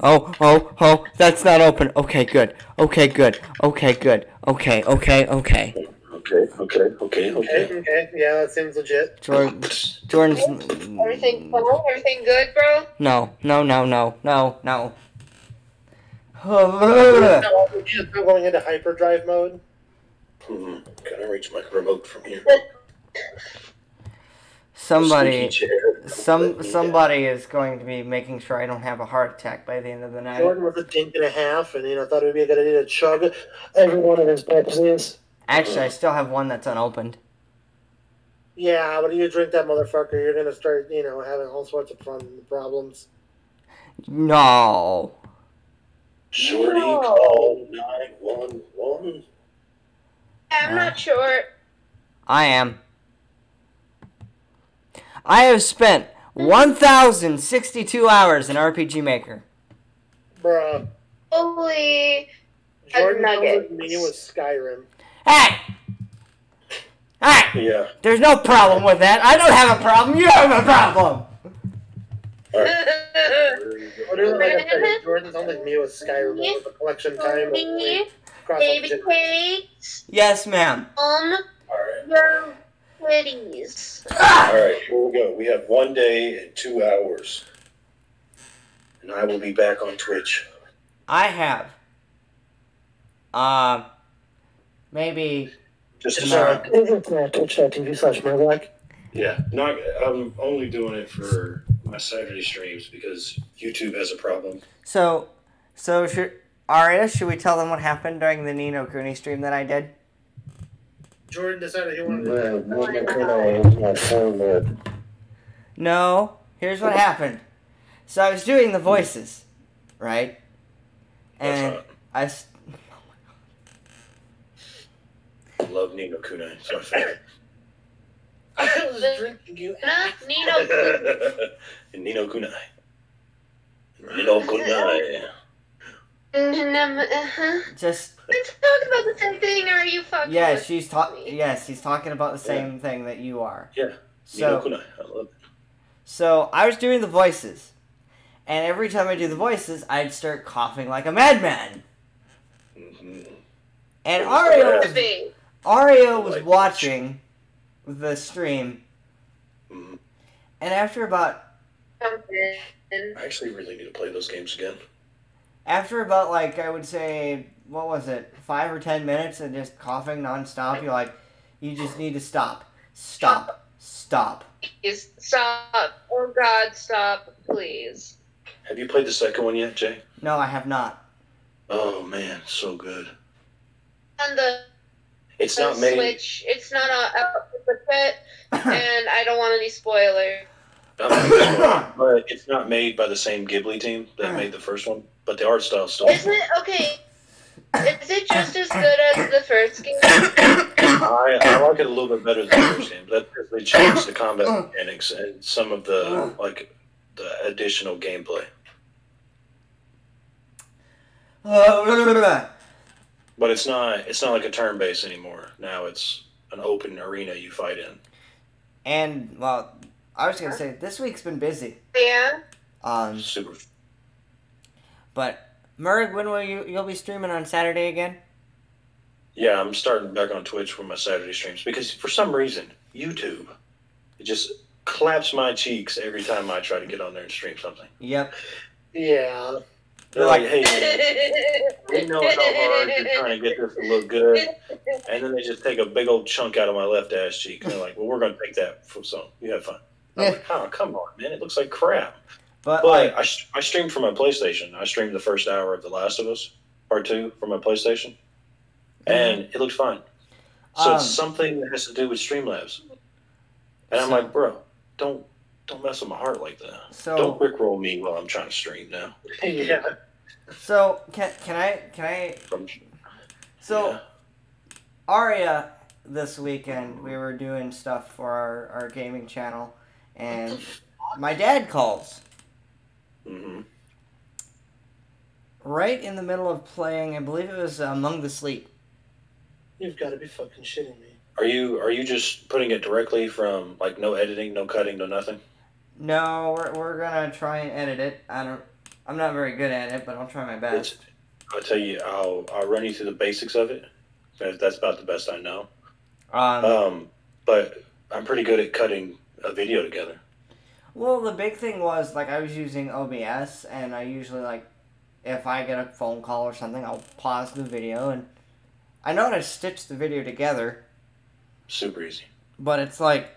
Speaker 1: Oh, oh, oh, that's not open. Okay, good. Okay, good. Okay, good. Okay, okay, okay.
Speaker 3: Okay, okay, okay,
Speaker 6: Okay, okay, yeah, that seems legit.
Speaker 1: Jordan, Jordan's.
Speaker 4: Everything cool? Everything good, bro?
Speaker 1: No, no, no, no, no, no.
Speaker 6: Now, we're going into hyperdrive mode.
Speaker 3: Hmm, Can I reach my remote from here?
Speaker 1: Somebody.
Speaker 3: Squeaky chair. Let
Speaker 1: Some
Speaker 3: me
Speaker 1: somebody is going to be making sure I don't have a heart attack by the end of the night.
Speaker 6: Jordan was a dink and a half, and you know thought it would be a good idea to chug every one of his Pepsis.
Speaker 1: Actually, I still have one that's unopened.
Speaker 6: Yeah, but you drink that motherfucker, you're gonna start, you know, having all sorts of fun problems.
Speaker 1: No.
Speaker 3: Shorty, call 911.
Speaker 4: Yeah, I'm not sure.
Speaker 1: I am. I have spent 1,062 hours in RPG Maker.
Speaker 6: Bruh.
Speaker 4: Holy.
Speaker 6: Jordan
Speaker 4: nugget.
Speaker 6: comes at me with Skyrim.
Speaker 1: Hey! Hey!
Speaker 3: Yeah.
Speaker 1: There's no problem with that. I don't have a problem. You have a problem.
Speaker 6: Literally, like I said, Jordan sounds like me with Skyrim with the collection time. of,
Speaker 4: Baby
Speaker 6: like, cross gen-
Speaker 4: cakes
Speaker 1: Yes, ma'am.
Speaker 4: on
Speaker 3: Alright.
Speaker 4: your titties.
Speaker 3: Alright, here we go. We have one day and two hours. And I will be back on Twitch.
Speaker 1: I have. Um. maybe.
Speaker 3: Just a
Speaker 1: Tomorrow.
Speaker 3: second.
Speaker 6: Twitch.tv slash Murloc.
Speaker 3: Yeah. Not, I'm only doing it for my Saturday streams because YouTube has a problem.
Speaker 1: So, so should Aria? Should we tell them what happened during the Nino Cooney stream that I did?
Speaker 6: Jordan decided he wanted to.
Speaker 3: Alright,
Speaker 1: No. Here's what happened. So I was doing the voices, right?
Speaker 3: That's
Speaker 1: And
Speaker 3: right.
Speaker 1: I s-
Speaker 3: love Nino Kunai. It's my favorite.
Speaker 6: I was drinking you.
Speaker 4: Nah, Nino.
Speaker 3: Nino Kunai. Nino Kunai.
Speaker 4: Uh-huh.
Speaker 1: just
Speaker 4: Let's talk about the same thing, or are you fucking
Speaker 1: yeah,
Speaker 4: with
Speaker 1: she's talking.
Speaker 4: me?
Speaker 1: Yes, he's talking about the same thing that you are.
Speaker 3: Yeah. Nino
Speaker 1: So,
Speaker 3: Kunai. I love it.
Speaker 1: so I was doing the voices, and every time I do the voices, I'd start coughing like a madman.
Speaker 3: Mhm.
Speaker 1: And Aria
Speaker 4: Could
Speaker 1: was,
Speaker 4: be.
Speaker 1: Aria was
Speaker 3: Like-
Speaker 1: watching the stream,
Speaker 3: Mhm.
Speaker 1: and after about
Speaker 4: Something.
Speaker 3: I actually really need to play those games again.
Speaker 1: after about like I would say what was it five or ten minutes and just coughing nonstop, you're like, you just need to stop, stop, stop.
Speaker 4: Please stop. Oh God, stop, please.
Speaker 3: Have you played the second one yet, Jay?
Speaker 1: No, I have not.
Speaker 3: Oh man, so good.
Speaker 4: On the
Speaker 3: It's
Speaker 4: on
Speaker 3: not made.
Speaker 4: Switch, it's not on out with the pet, and I don't want any spoilers.
Speaker 3: not made- but it's not made by the same Ghibli team that made the first one. But the art style's still.
Speaker 4: Is it okay? Is it just as good as the first game?
Speaker 3: I, I like it a little bit better than the first game. That's because they changed the combat mechanics and some of the like the additional gameplay. But it's not it's not like a turn base anymore. Now it's an open arena you fight in.
Speaker 1: and well, I was gonna say this week's been busy.
Speaker 4: Yeah.
Speaker 1: Um,
Speaker 3: Super.
Speaker 1: but Merg, when will you you'll be streaming on Saturday again?
Speaker 3: Yeah, I'm starting back on Twitch for my Saturday streams because for some reason YouTube it just claps my cheeks every time I try to get on there and stream something.
Speaker 1: Yep.
Speaker 6: Yeah.
Speaker 3: They're like, hey, man, we know how hard you're trying to get this to look good. And then they just take a big old chunk out of my left ass cheek. And they're like, well, we're going to take that for some. You have fun. I'm like, oh, come on, man. It looks like crap.
Speaker 1: But,
Speaker 3: But
Speaker 1: like,
Speaker 3: I, sh- I streamed from my PlayStation. I streamed the first hour of The Last of Us Part 2 from my PlayStation. And it looked fine. So
Speaker 1: um,
Speaker 3: it's something that has to do with Streamlabs. And I'm
Speaker 1: So-
Speaker 3: like, bro, don't don't mess with my heart like that.
Speaker 1: so
Speaker 3: Don't rickroll me while I'm trying to stream now.
Speaker 2: yeah.
Speaker 1: so can can I can I
Speaker 3: From-
Speaker 1: so
Speaker 3: yeah.
Speaker 1: Aria this weekend we were doing stuff for our, our gaming channel and my dad calls
Speaker 3: Mhm.
Speaker 1: right in the middle of playing I believe it was Among the Sleep.
Speaker 2: You've got to be fucking shitting me.
Speaker 3: Are you are you just putting it directly from like no editing, no cutting, no nothing?
Speaker 1: No, we're, we're gonna try and edit it. I don't I'm not very good at it, but I'll try my best.
Speaker 3: It's- I'll tell you, I'll I'll run you through the basics of it. That- That's about the best I know.
Speaker 1: Um,
Speaker 3: Um, but I'm pretty good at cutting a video together.
Speaker 1: Well, the big thing was like I was using OBS, and I usually like if I get a phone call or something, I'll pause the video, and I know how to stitch the video together,
Speaker 3: Super easy.
Speaker 1: but it's like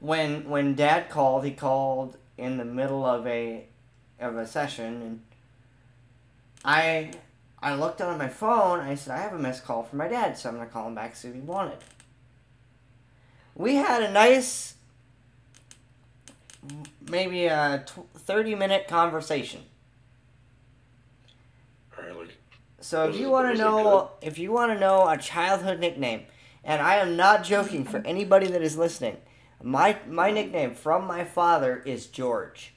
Speaker 1: when when Dad called, he called in the middle of a of a session, and I I looked on my phone. And I said I have a missed call from my dad, so I'm gonna call him back see if he wanted. We had a nice maybe a tw- 30 minute conversation.
Speaker 3: All right, look.
Speaker 1: So if
Speaker 3: Was
Speaker 1: you
Speaker 3: it-
Speaker 1: want to
Speaker 3: was it
Speaker 1: know, if you want to know a childhood nickname, and I am not joking for anybody that is listening, my my nickname from my father is George.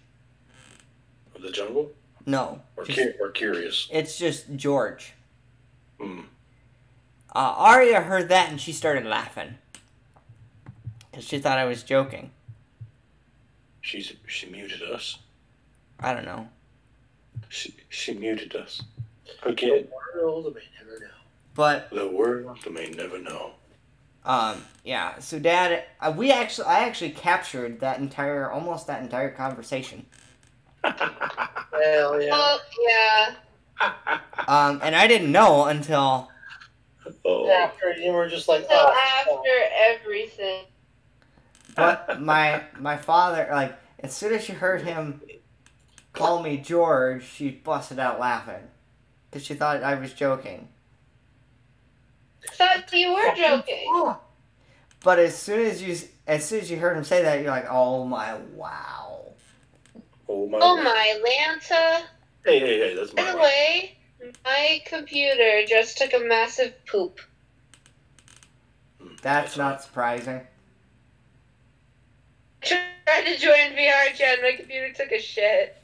Speaker 3: The jungle?
Speaker 1: No,
Speaker 3: Or,
Speaker 1: just-
Speaker 3: cu- or curious?
Speaker 1: it's just George.
Speaker 3: Hmm.
Speaker 1: Uh, Arya heard that and she started laughing, cause she thought I was joking.
Speaker 3: She's she muted us.
Speaker 1: I don't know.
Speaker 3: She she muted us. Okay.
Speaker 2: The world may never know.
Speaker 1: But
Speaker 3: The world may never know.
Speaker 1: Um, yeah. So, Dad, uh, we actually, I actually captured that entire, almost that entire conversation.
Speaker 2: Hell yeah.
Speaker 4: Oh yeah.
Speaker 1: Um, and I didn't know until,
Speaker 3: oh.
Speaker 2: After you were just like,
Speaker 3: uh,
Speaker 4: So
Speaker 2: oh, fuck.
Speaker 4: after everything,
Speaker 1: but my my father, like, as soon as she heard him call me George, she busted out laughing because she thought I was joking.
Speaker 4: thought you were joking.
Speaker 1: But as soon as you, as soon as you heard him say that, you're like, oh my wow.
Speaker 3: Oh my.
Speaker 4: Oh
Speaker 3: word.
Speaker 4: my Lanta!
Speaker 3: Hey hey hey! That's my.
Speaker 4: By the
Speaker 3: word.
Speaker 4: way, my computer just took a massive poop.
Speaker 3: Hmm,
Speaker 1: That's not surprising.
Speaker 4: Tried to join VR chat, my computer took a shit.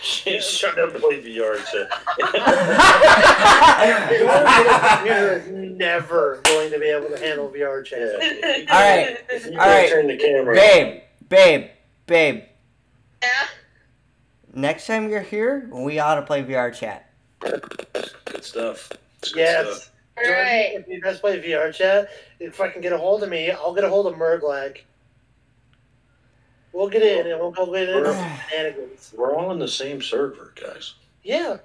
Speaker 3: Shut up and play VR chat.
Speaker 2: Your computer is never going to be able to handle VR chat.
Speaker 3: Yeah.
Speaker 1: All right.
Speaker 3: If you
Speaker 1: All right.
Speaker 3: don't turn the camera.
Speaker 1: babe, babe, babe.
Speaker 4: Yeah.
Speaker 1: Next time you're here, we ought to play VR chat.
Speaker 3: Good stuff. Good
Speaker 2: Yes.
Speaker 4: All right.
Speaker 2: If you guys play VR chat, if I can get a hold of me, I'll get a hold of Merglag. We'll get in and we'll go get in on shenanigans.
Speaker 3: stuff. We're all on the same server, guys.
Speaker 2: Yeah.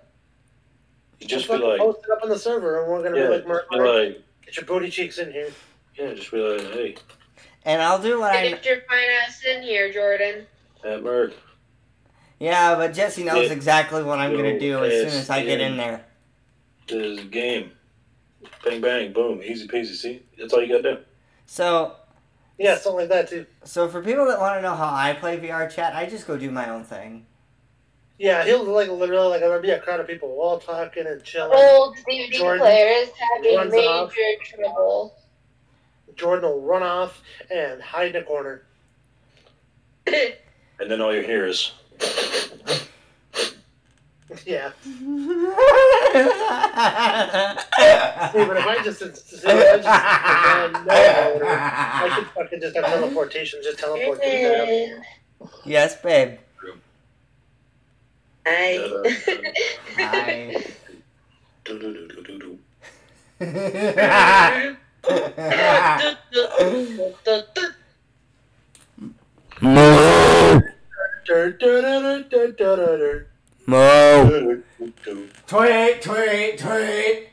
Speaker 3: You just be
Speaker 2: we'll
Speaker 3: like,
Speaker 2: post it up on the server and we're going to
Speaker 3: yeah,
Speaker 2: be like,
Speaker 3: just be
Speaker 2: Merglag,
Speaker 3: like,
Speaker 2: get your booty cheeks in here.
Speaker 3: yeah, just be like, hey,
Speaker 1: And I'll do what I.
Speaker 4: Get your fine ass in here, Jordan.
Speaker 3: that bird.
Speaker 1: Yeah, but Jesse knows
Speaker 3: Yeah.
Speaker 1: exactly what I'm gonna do as soon
Speaker 3: Yes,
Speaker 1: as I get in
Speaker 3: and-
Speaker 1: there.
Speaker 3: This is a game. Bang bang boom, easy peasy. See, that's all you gotta do.
Speaker 1: So,
Speaker 2: Yeah, something like that too.
Speaker 1: so for people that want to know how I play VR chat, I just go do my own thing.
Speaker 2: Yeah, he'll like literally like there'll be a crowd of people all talking and chilling.
Speaker 4: Old DVD
Speaker 2: Jordan
Speaker 4: player is having
Speaker 2: runs
Speaker 4: major
Speaker 2: off.
Speaker 4: trouble.
Speaker 2: Jordan will run off and hide in a corner.
Speaker 3: And then all you hear is,
Speaker 2: Yeah. See, but if
Speaker 1: I
Speaker 2: I just, see, if I just no, no, no. I could fucking just have teleportation, just teleport. to the
Speaker 4: Jordan.
Speaker 1: yes, babe.
Speaker 4: Hi.
Speaker 1: Hi.
Speaker 3: uh, do do do do do do.
Speaker 2: Dur, dur, dur, dur, dur, dur, dur.
Speaker 1: Mo.
Speaker 3: Good. we- we do.
Speaker 7: 28, 28, 28.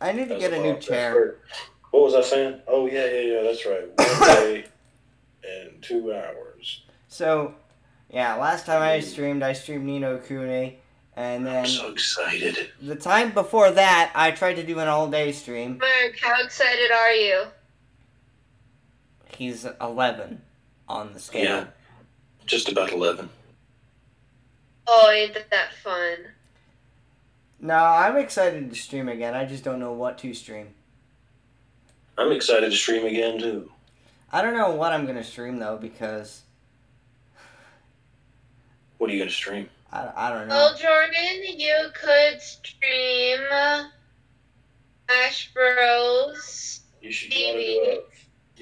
Speaker 1: I need to
Speaker 3: That's
Speaker 1: get a new
Speaker 3: about-
Speaker 1: chair.
Speaker 3: that's right. What was I saying? Oh yeah, yeah, yeah. That's right. One day and two hours.
Speaker 1: So, yeah, last time I streamed, I streamed Nino Kune, and then
Speaker 3: I'm so excited.
Speaker 1: the time before that, I tried to do an all-day stream.
Speaker 4: Mark, how excited are you?
Speaker 1: He's 11 on the scale.
Speaker 3: Yeah. Just about eleven.
Speaker 4: Oh, ain't that- that fun?
Speaker 1: No, I'm excited to stream again. I just don't know what to stream.
Speaker 3: I'm excited to stream again too.
Speaker 1: I don't know what I'm gonna stream though because
Speaker 3: What are you gonna stream?
Speaker 1: I, I don't know.
Speaker 4: Well, Jordan, you could stream Ash Bros.
Speaker 3: You should. You ought to do a,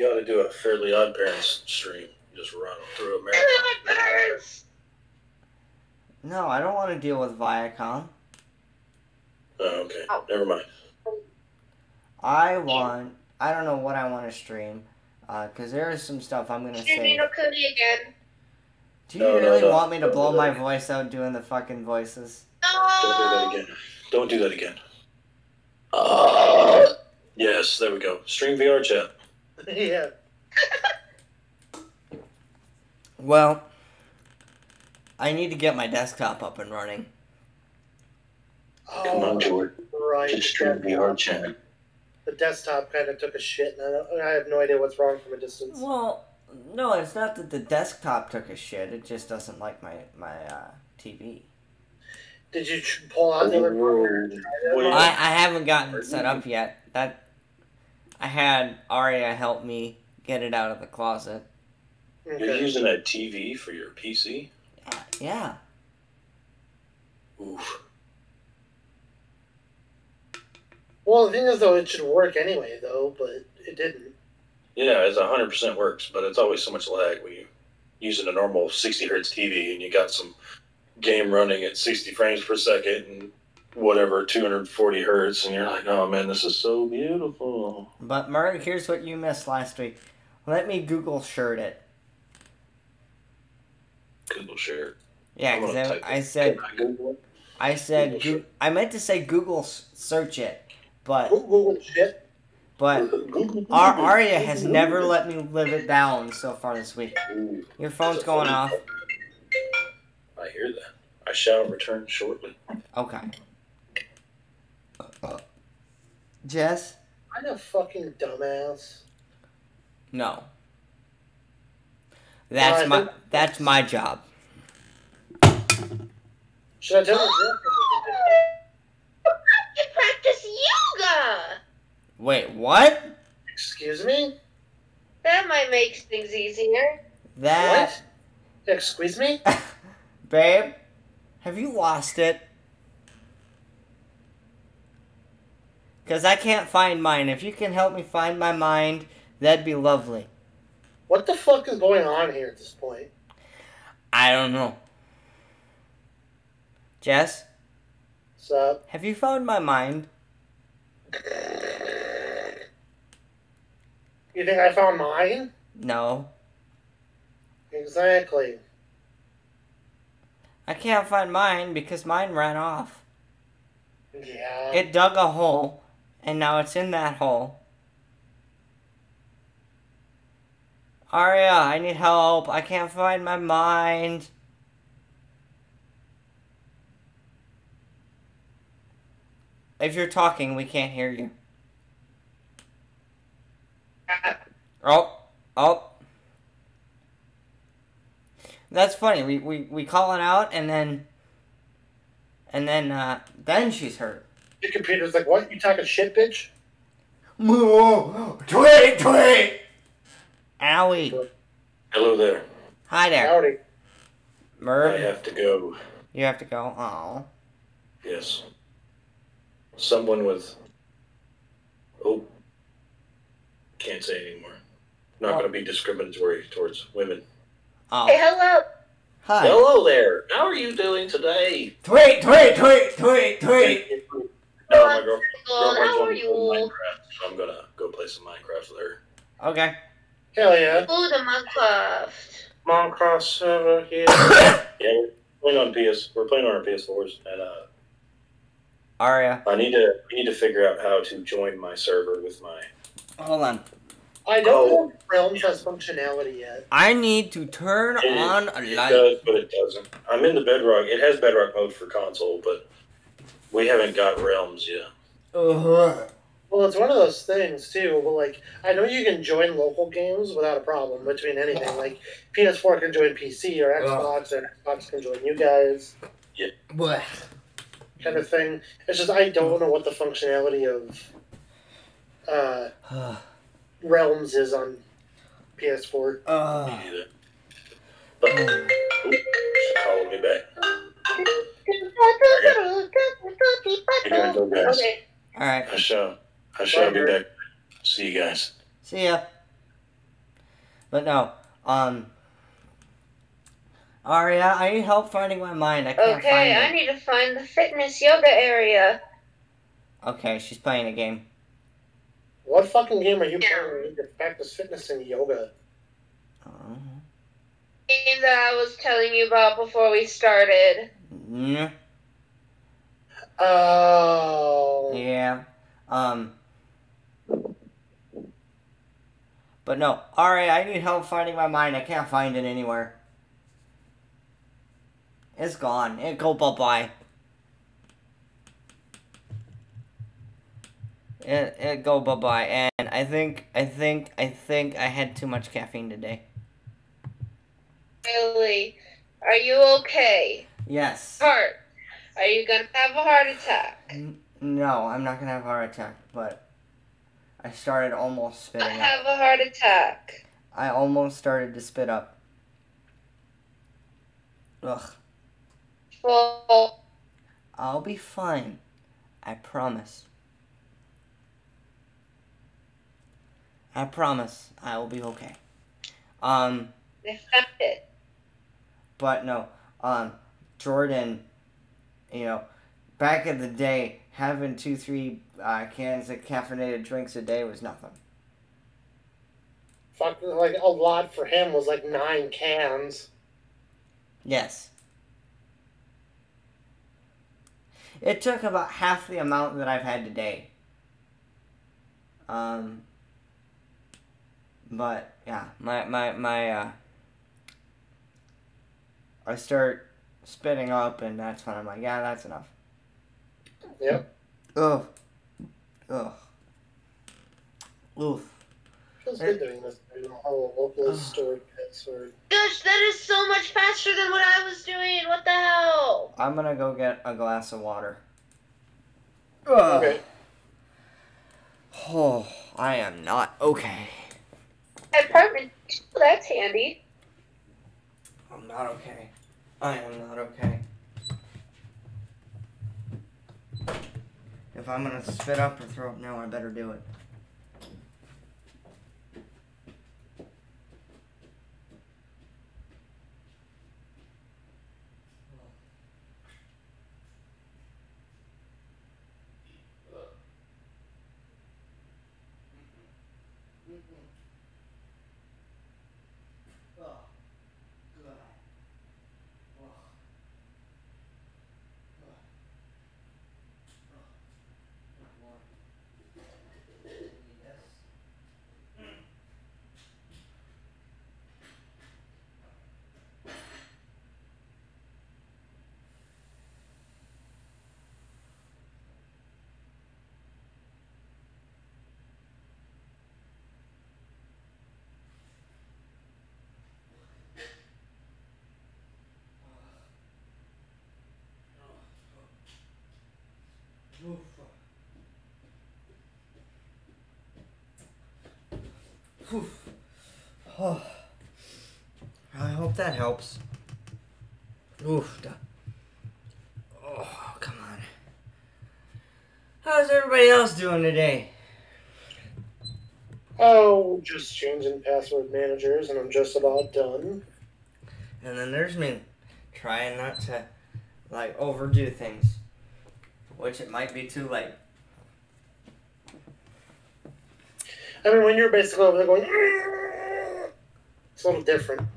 Speaker 3: you ought to do a Fairly Odd Parents stream. Just run through America.
Speaker 4: Birds.
Speaker 1: No, I don't want to deal with Viacom.
Speaker 3: Oh, okay. Never mind.
Speaker 1: I want. I don't know what I want to stream because there is some stuff I'm gonna
Speaker 4: Stream
Speaker 1: say.
Speaker 4: Nino Cooney again.
Speaker 1: Do you
Speaker 3: No, no,
Speaker 1: really
Speaker 3: no.
Speaker 1: want me to
Speaker 3: Don't
Speaker 1: blow
Speaker 3: do
Speaker 1: my
Speaker 3: that.
Speaker 1: voice out doing the fucking voices?
Speaker 3: Don't do that
Speaker 4: No.
Speaker 3: again. Don't do that again. Yes, there we go. Stream VR chat.
Speaker 6: yeah.
Speaker 1: Well, I need to get my desktop up and running.
Speaker 3: Come on,
Speaker 6: Oh,
Speaker 3: George.
Speaker 6: right.
Speaker 3: Just stream VR chat.
Speaker 6: The desktop kind of took a shit, and I, don't- I have no idea what's wrong from a distance.
Speaker 1: Well, no, it's not that the desktop took a shit. It just doesn't like my my uh, TV.
Speaker 6: Did you tr- pull out the other program?
Speaker 3: Wait.
Speaker 1: I, I haven't gotten it set up yet. That I had Aria help me get it out of the closet.
Speaker 3: You're
Speaker 6: Okay.
Speaker 3: using that TV for your PC?
Speaker 1: Yeah.
Speaker 3: Oof.
Speaker 6: Well, the thing is, though, it should work anyway, though, but it didn't.
Speaker 3: Yeah, it's 100% works, but it's always so much lag when you using a normal 60 hertz TV and you got some game running at 60 frames per second and whatever 240 hertz, and you're like, oh man, this is so beautiful.
Speaker 1: But Murray, here's what you missed last week. Let me Google shirt it.
Speaker 3: Google share.
Speaker 1: Yeah,
Speaker 3: I'm gonna
Speaker 1: because
Speaker 3: type
Speaker 1: I,
Speaker 3: it.
Speaker 1: said
Speaker 3: Can I Google it?
Speaker 1: I said
Speaker 3: Google
Speaker 1: Goo- I meant to say Google s- search it, but
Speaker 6: Google shit.
Speaker 1: but
Speaker 3: Google-
Speaker 1: our Aria has never let me live it down so far this week.
Speaker 3: Ooh,
Speaker 1: Your phone's
Speaker 3: that's a
Speaker 1: going off.
Speaker 3: funny- I hear that. I shall return shortly.
Speaker 1: Okay. Jess,
Speaker 6: I'm a fucking dumbass.
Speaker 1: no.
Speaker 6: I
Speaker 1: That's
Speaker 6: think-
Speaker 1: my that's my job.
Speaker 6: Should I tell him?
Speaker 4: You practice yoga.
Speaker 1: Wait, what?
Speaker 6: Excuse me?
Speaker 4: That might make things easier.
Speaker 1: That
Speaker 6: What? Excuse me?
Speaker 1: babe, have you lost it? Cause I can't find mine. If you can help me find my mind, that'd be lovely.
Speaker 6: What the fuck is going on here at this point?
Speaker 1: I don't know. Jess,
Speaker 6: So,
Speaker 1: have you found my mind?
Speaker 6: you think I found mine?
Speaker 1: No.
Speaker 6: Exactly.
Speaker 1: I can't find mine because mine ran off.
Speaker 6: Yeah.
Speaker 1: It dug a hole, and now it's in that hole. Aria, I need help. I can't find my mind. If you're talking, we can't hear you. Oh, oh. That's funny. We, we, we call it out, and then, and then, uh, then she's hurt.
Speaker 6: Your computer's like, what? You talking shit, bitch?
Speaker 7: Moo. 28, 28.
Speaker 1: Owie.
Speaker 3: Hello there.
Speaker 1: Hi there.
Speaker 6: Howdy.
Speaker 3: I
Speaker 1: Merv,
Speaker 3: have to go.
Speaker 1: you have to go. Oh.
Speaker 3: Yes. Someone with. Oh. Can't say anymore. Not
Speaker 1: Oh.
Speaker 3: going to be discriminatory towards women.
Speaker 4: Hey,
Speaker 1: Oh.
Speaker 4: hello.
Speaker 1: Hi.
Speaker 3: Hello there. How are you doing today?
Speaker 7: 28, 28, 28, 28, 28.
Speaker 3: No, my girl-
Speaker 4: Well,
Speaker 3: girlfriend's
Speaker 4: how
Speaker 3: wanting
Speaker 4: are
Speaker 3: to play
Speaker 4: you?
Speaker 3: Minecraft, so I'm gonna go play some Minecraft with her.
Speaker 1: Okay.
Speaker 6: Hell yeah.
Speaker 4: Oh, the Minecraft.
Speaker 2: Minecraft server here.
Speaker 3: Yeah, we're playing on PS. We're playing on our PS4s, and uh,
Speaker 1: Aria,
Speaker 3: I need to. We need to figure out how to join my server with my.
Speaker 1: hold on.
Speaker 2: I don't
Speaker 3: Oh.
Speaker 2: know if Realms has functionality yet.
Speaker 1: I need to turn
Speaker 3: It-
Speaker 1: on a
Speaker 3: It
Speaker 1: light.
Speaker 3: does, but it doesn't. I'm in the Bedrock. It has Bedrock mode for console, but we haven't got Realms yet.
Speaker 8: Uh-huh.
Speaker 2: Well, it's one of those things too. Well, like I know you can join local games without a problem between anything. Like PS4 can join PC or Xbox, or Xbox can join you guys,
Speaker 8: Blech.
Speaker 2: kind of thing. It's just I don't know what the functionality of uh, Realms is on PS4.
Speaker 8: Uh,
Speaker 3: Me neither. But Oop, she called me back. I gotta go, guys.
Speaker 4: Okay.
Speaker 1: All right.
Speaker 3: I shall. I shall be
Speaker 2: Whatever.
Speaker 3: back. See you guys.
Speaker 1: See ya. But no, um. Aria, I need help finding my mind. I can't
Speaker 4: Okay, I
Speaker 1: find it.
Speaker 4: need to find the fitness yoga area.
Speaker 1: Okay, she's playing a game.
Speaker 2: What fucking game are you playing? where You can practice fitness and yoga.
Speaker 1: Oh.
Speaker 4: Game that I was telling you about before we started.
Speaker 1: Yeah.
Speaker 2: Oh,
Speaker 1: Yeah. Um. But no, Aria, I need help finding my mind. I can't find it anywhere. It's gone. It go bye bye. It, it go bye bye. And I think I think I think I had too much caffeine today.
Speaker 4: Really? Are you okay?
Speaker 1: Yes.
Speaker 4: Heart. Are you gonna have a heart attack?
Speaker 1: No, I'm not gonna have a heart attack. But I started almost
Speaker 4: I
Speaker 1: spitting up.
Speaker 4: have a heart attack.
Speaker 1: I almost started to spit up. Ugh.
Speaker 4: Well,
Speaker 1: I'll be fine. I promise. I promise I will be okay. Um,
Speaker 4: I found it.
Speaker 1: but no, um, Jordan, you know, back in the day, having two, three uh, cans of caffeinated drinks a day was nothing.
Speaker 2: fucking like a lot for him was like nine cans.
Speaker 1: Yes. It took about half the amount that I've had today. Um. But yeah, my my my uh. I start spitting up, and that's when I'm like, yeah, that's enough.
Speaker 2: Yep.
Speaker 1: Ugh. Ugh. Oof.
Speaker 2: Feels good doing this in a whole local store pits or
Speaker 4: Gosh, that is so much faster than what I was doing. What the hell?
Speaker 1: I'm gonna go get a glass of water. Ugh.
Speaker 2: Okay.
Speaker 1: Oh, I am not okay.
Speaker 4: Apartment. two, That's handy.
Speaker 1: I'm not okay. I am not okay. If I'm gonna spit up or throw up now, I better do it. Oh, I hope that helps. Oof. da- Oh, come on. How's everybody else doing today?
Speaker 2: oh, just changing password managers, and I'm just about done.
Speaker 1: And then there's me trying not to like overdo things, which it might be too late.
Speaker 2: "Ah!" I mean, when you're basically over there going, "Mm," it's a little different.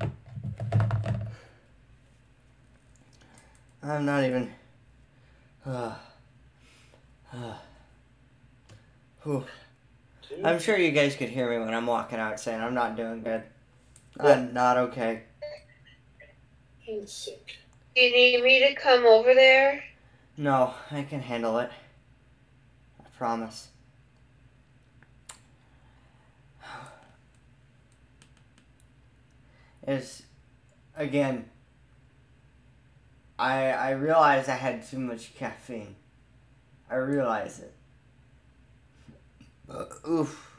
Speaker 1: I'm not even. Uh, I'm sure you guys could hear me when I'm walking out saying I'm not doing good. I'm not okay.
Speaker 2: I'm sick.
Speaker 4: Do you need me to come over there?
Speaker 1: No, I can handle it. I promise. It's again. I I realized I had too much caffeine. I realize it. Uh, oof.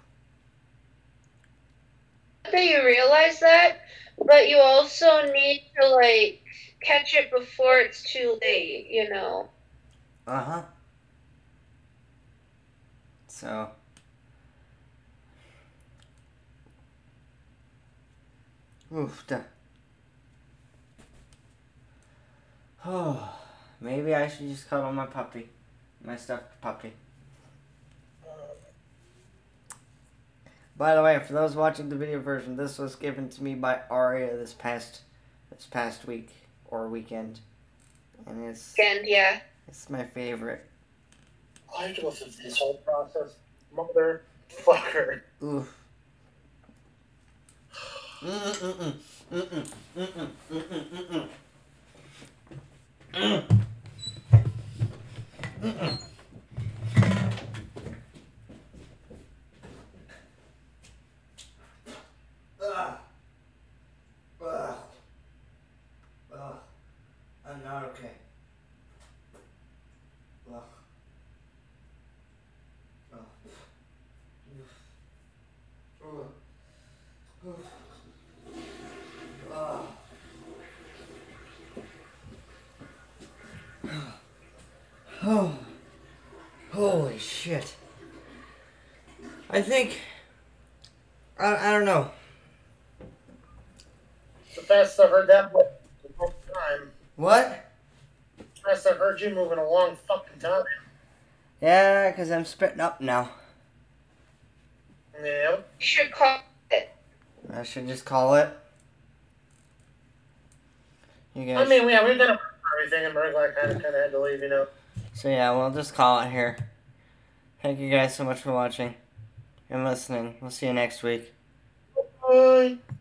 Speaker 4: I bet you realize that, but you also need to like catch it before it's too late. You know.
Speaker 1: Uh huh. So. Oof. Da. Oh, maybe I should just cuddle my puppy, my stuffed puppy. By the way, for those watching the video version, this was given to me by Aria this past this past week or weekend, and it's
Speaker 4: And yeah.
Speaker 1: it's my favorite.
Speaker 6: I have to go through this whole process. Motherfucker.
Speaker 1: Oof. Mm-mm-mm. Mm-mm. Mm-mm. Mm-mm. Mm-mm. Ugh. Ugh. Ugh. I'm not okay. Ugh. Ugh. Ugh. Ugh. Ugh. Oh, holy shit. I think. I, I don't know.
Speaker 6: The best I've heard that one in a long time.
Speaker 1: What?
Speaker 6: The best I've heard you moving a long fucking time.
Speaker 1: Yeah, because I'm spitting up now.
Speaker 6: Yeah.
Speaker 4: You should call it.
Speaker 1: I should just call it. You guys.
Speaker 6: I mean, we yeah, we've done everything, and Merg like kind of kind of had to leave, you know.
Speaker 1: so, yeah, we'll just call it here. Thank you guys so much for watching and listening. We'll see you next week.
Speaker 6: Bye.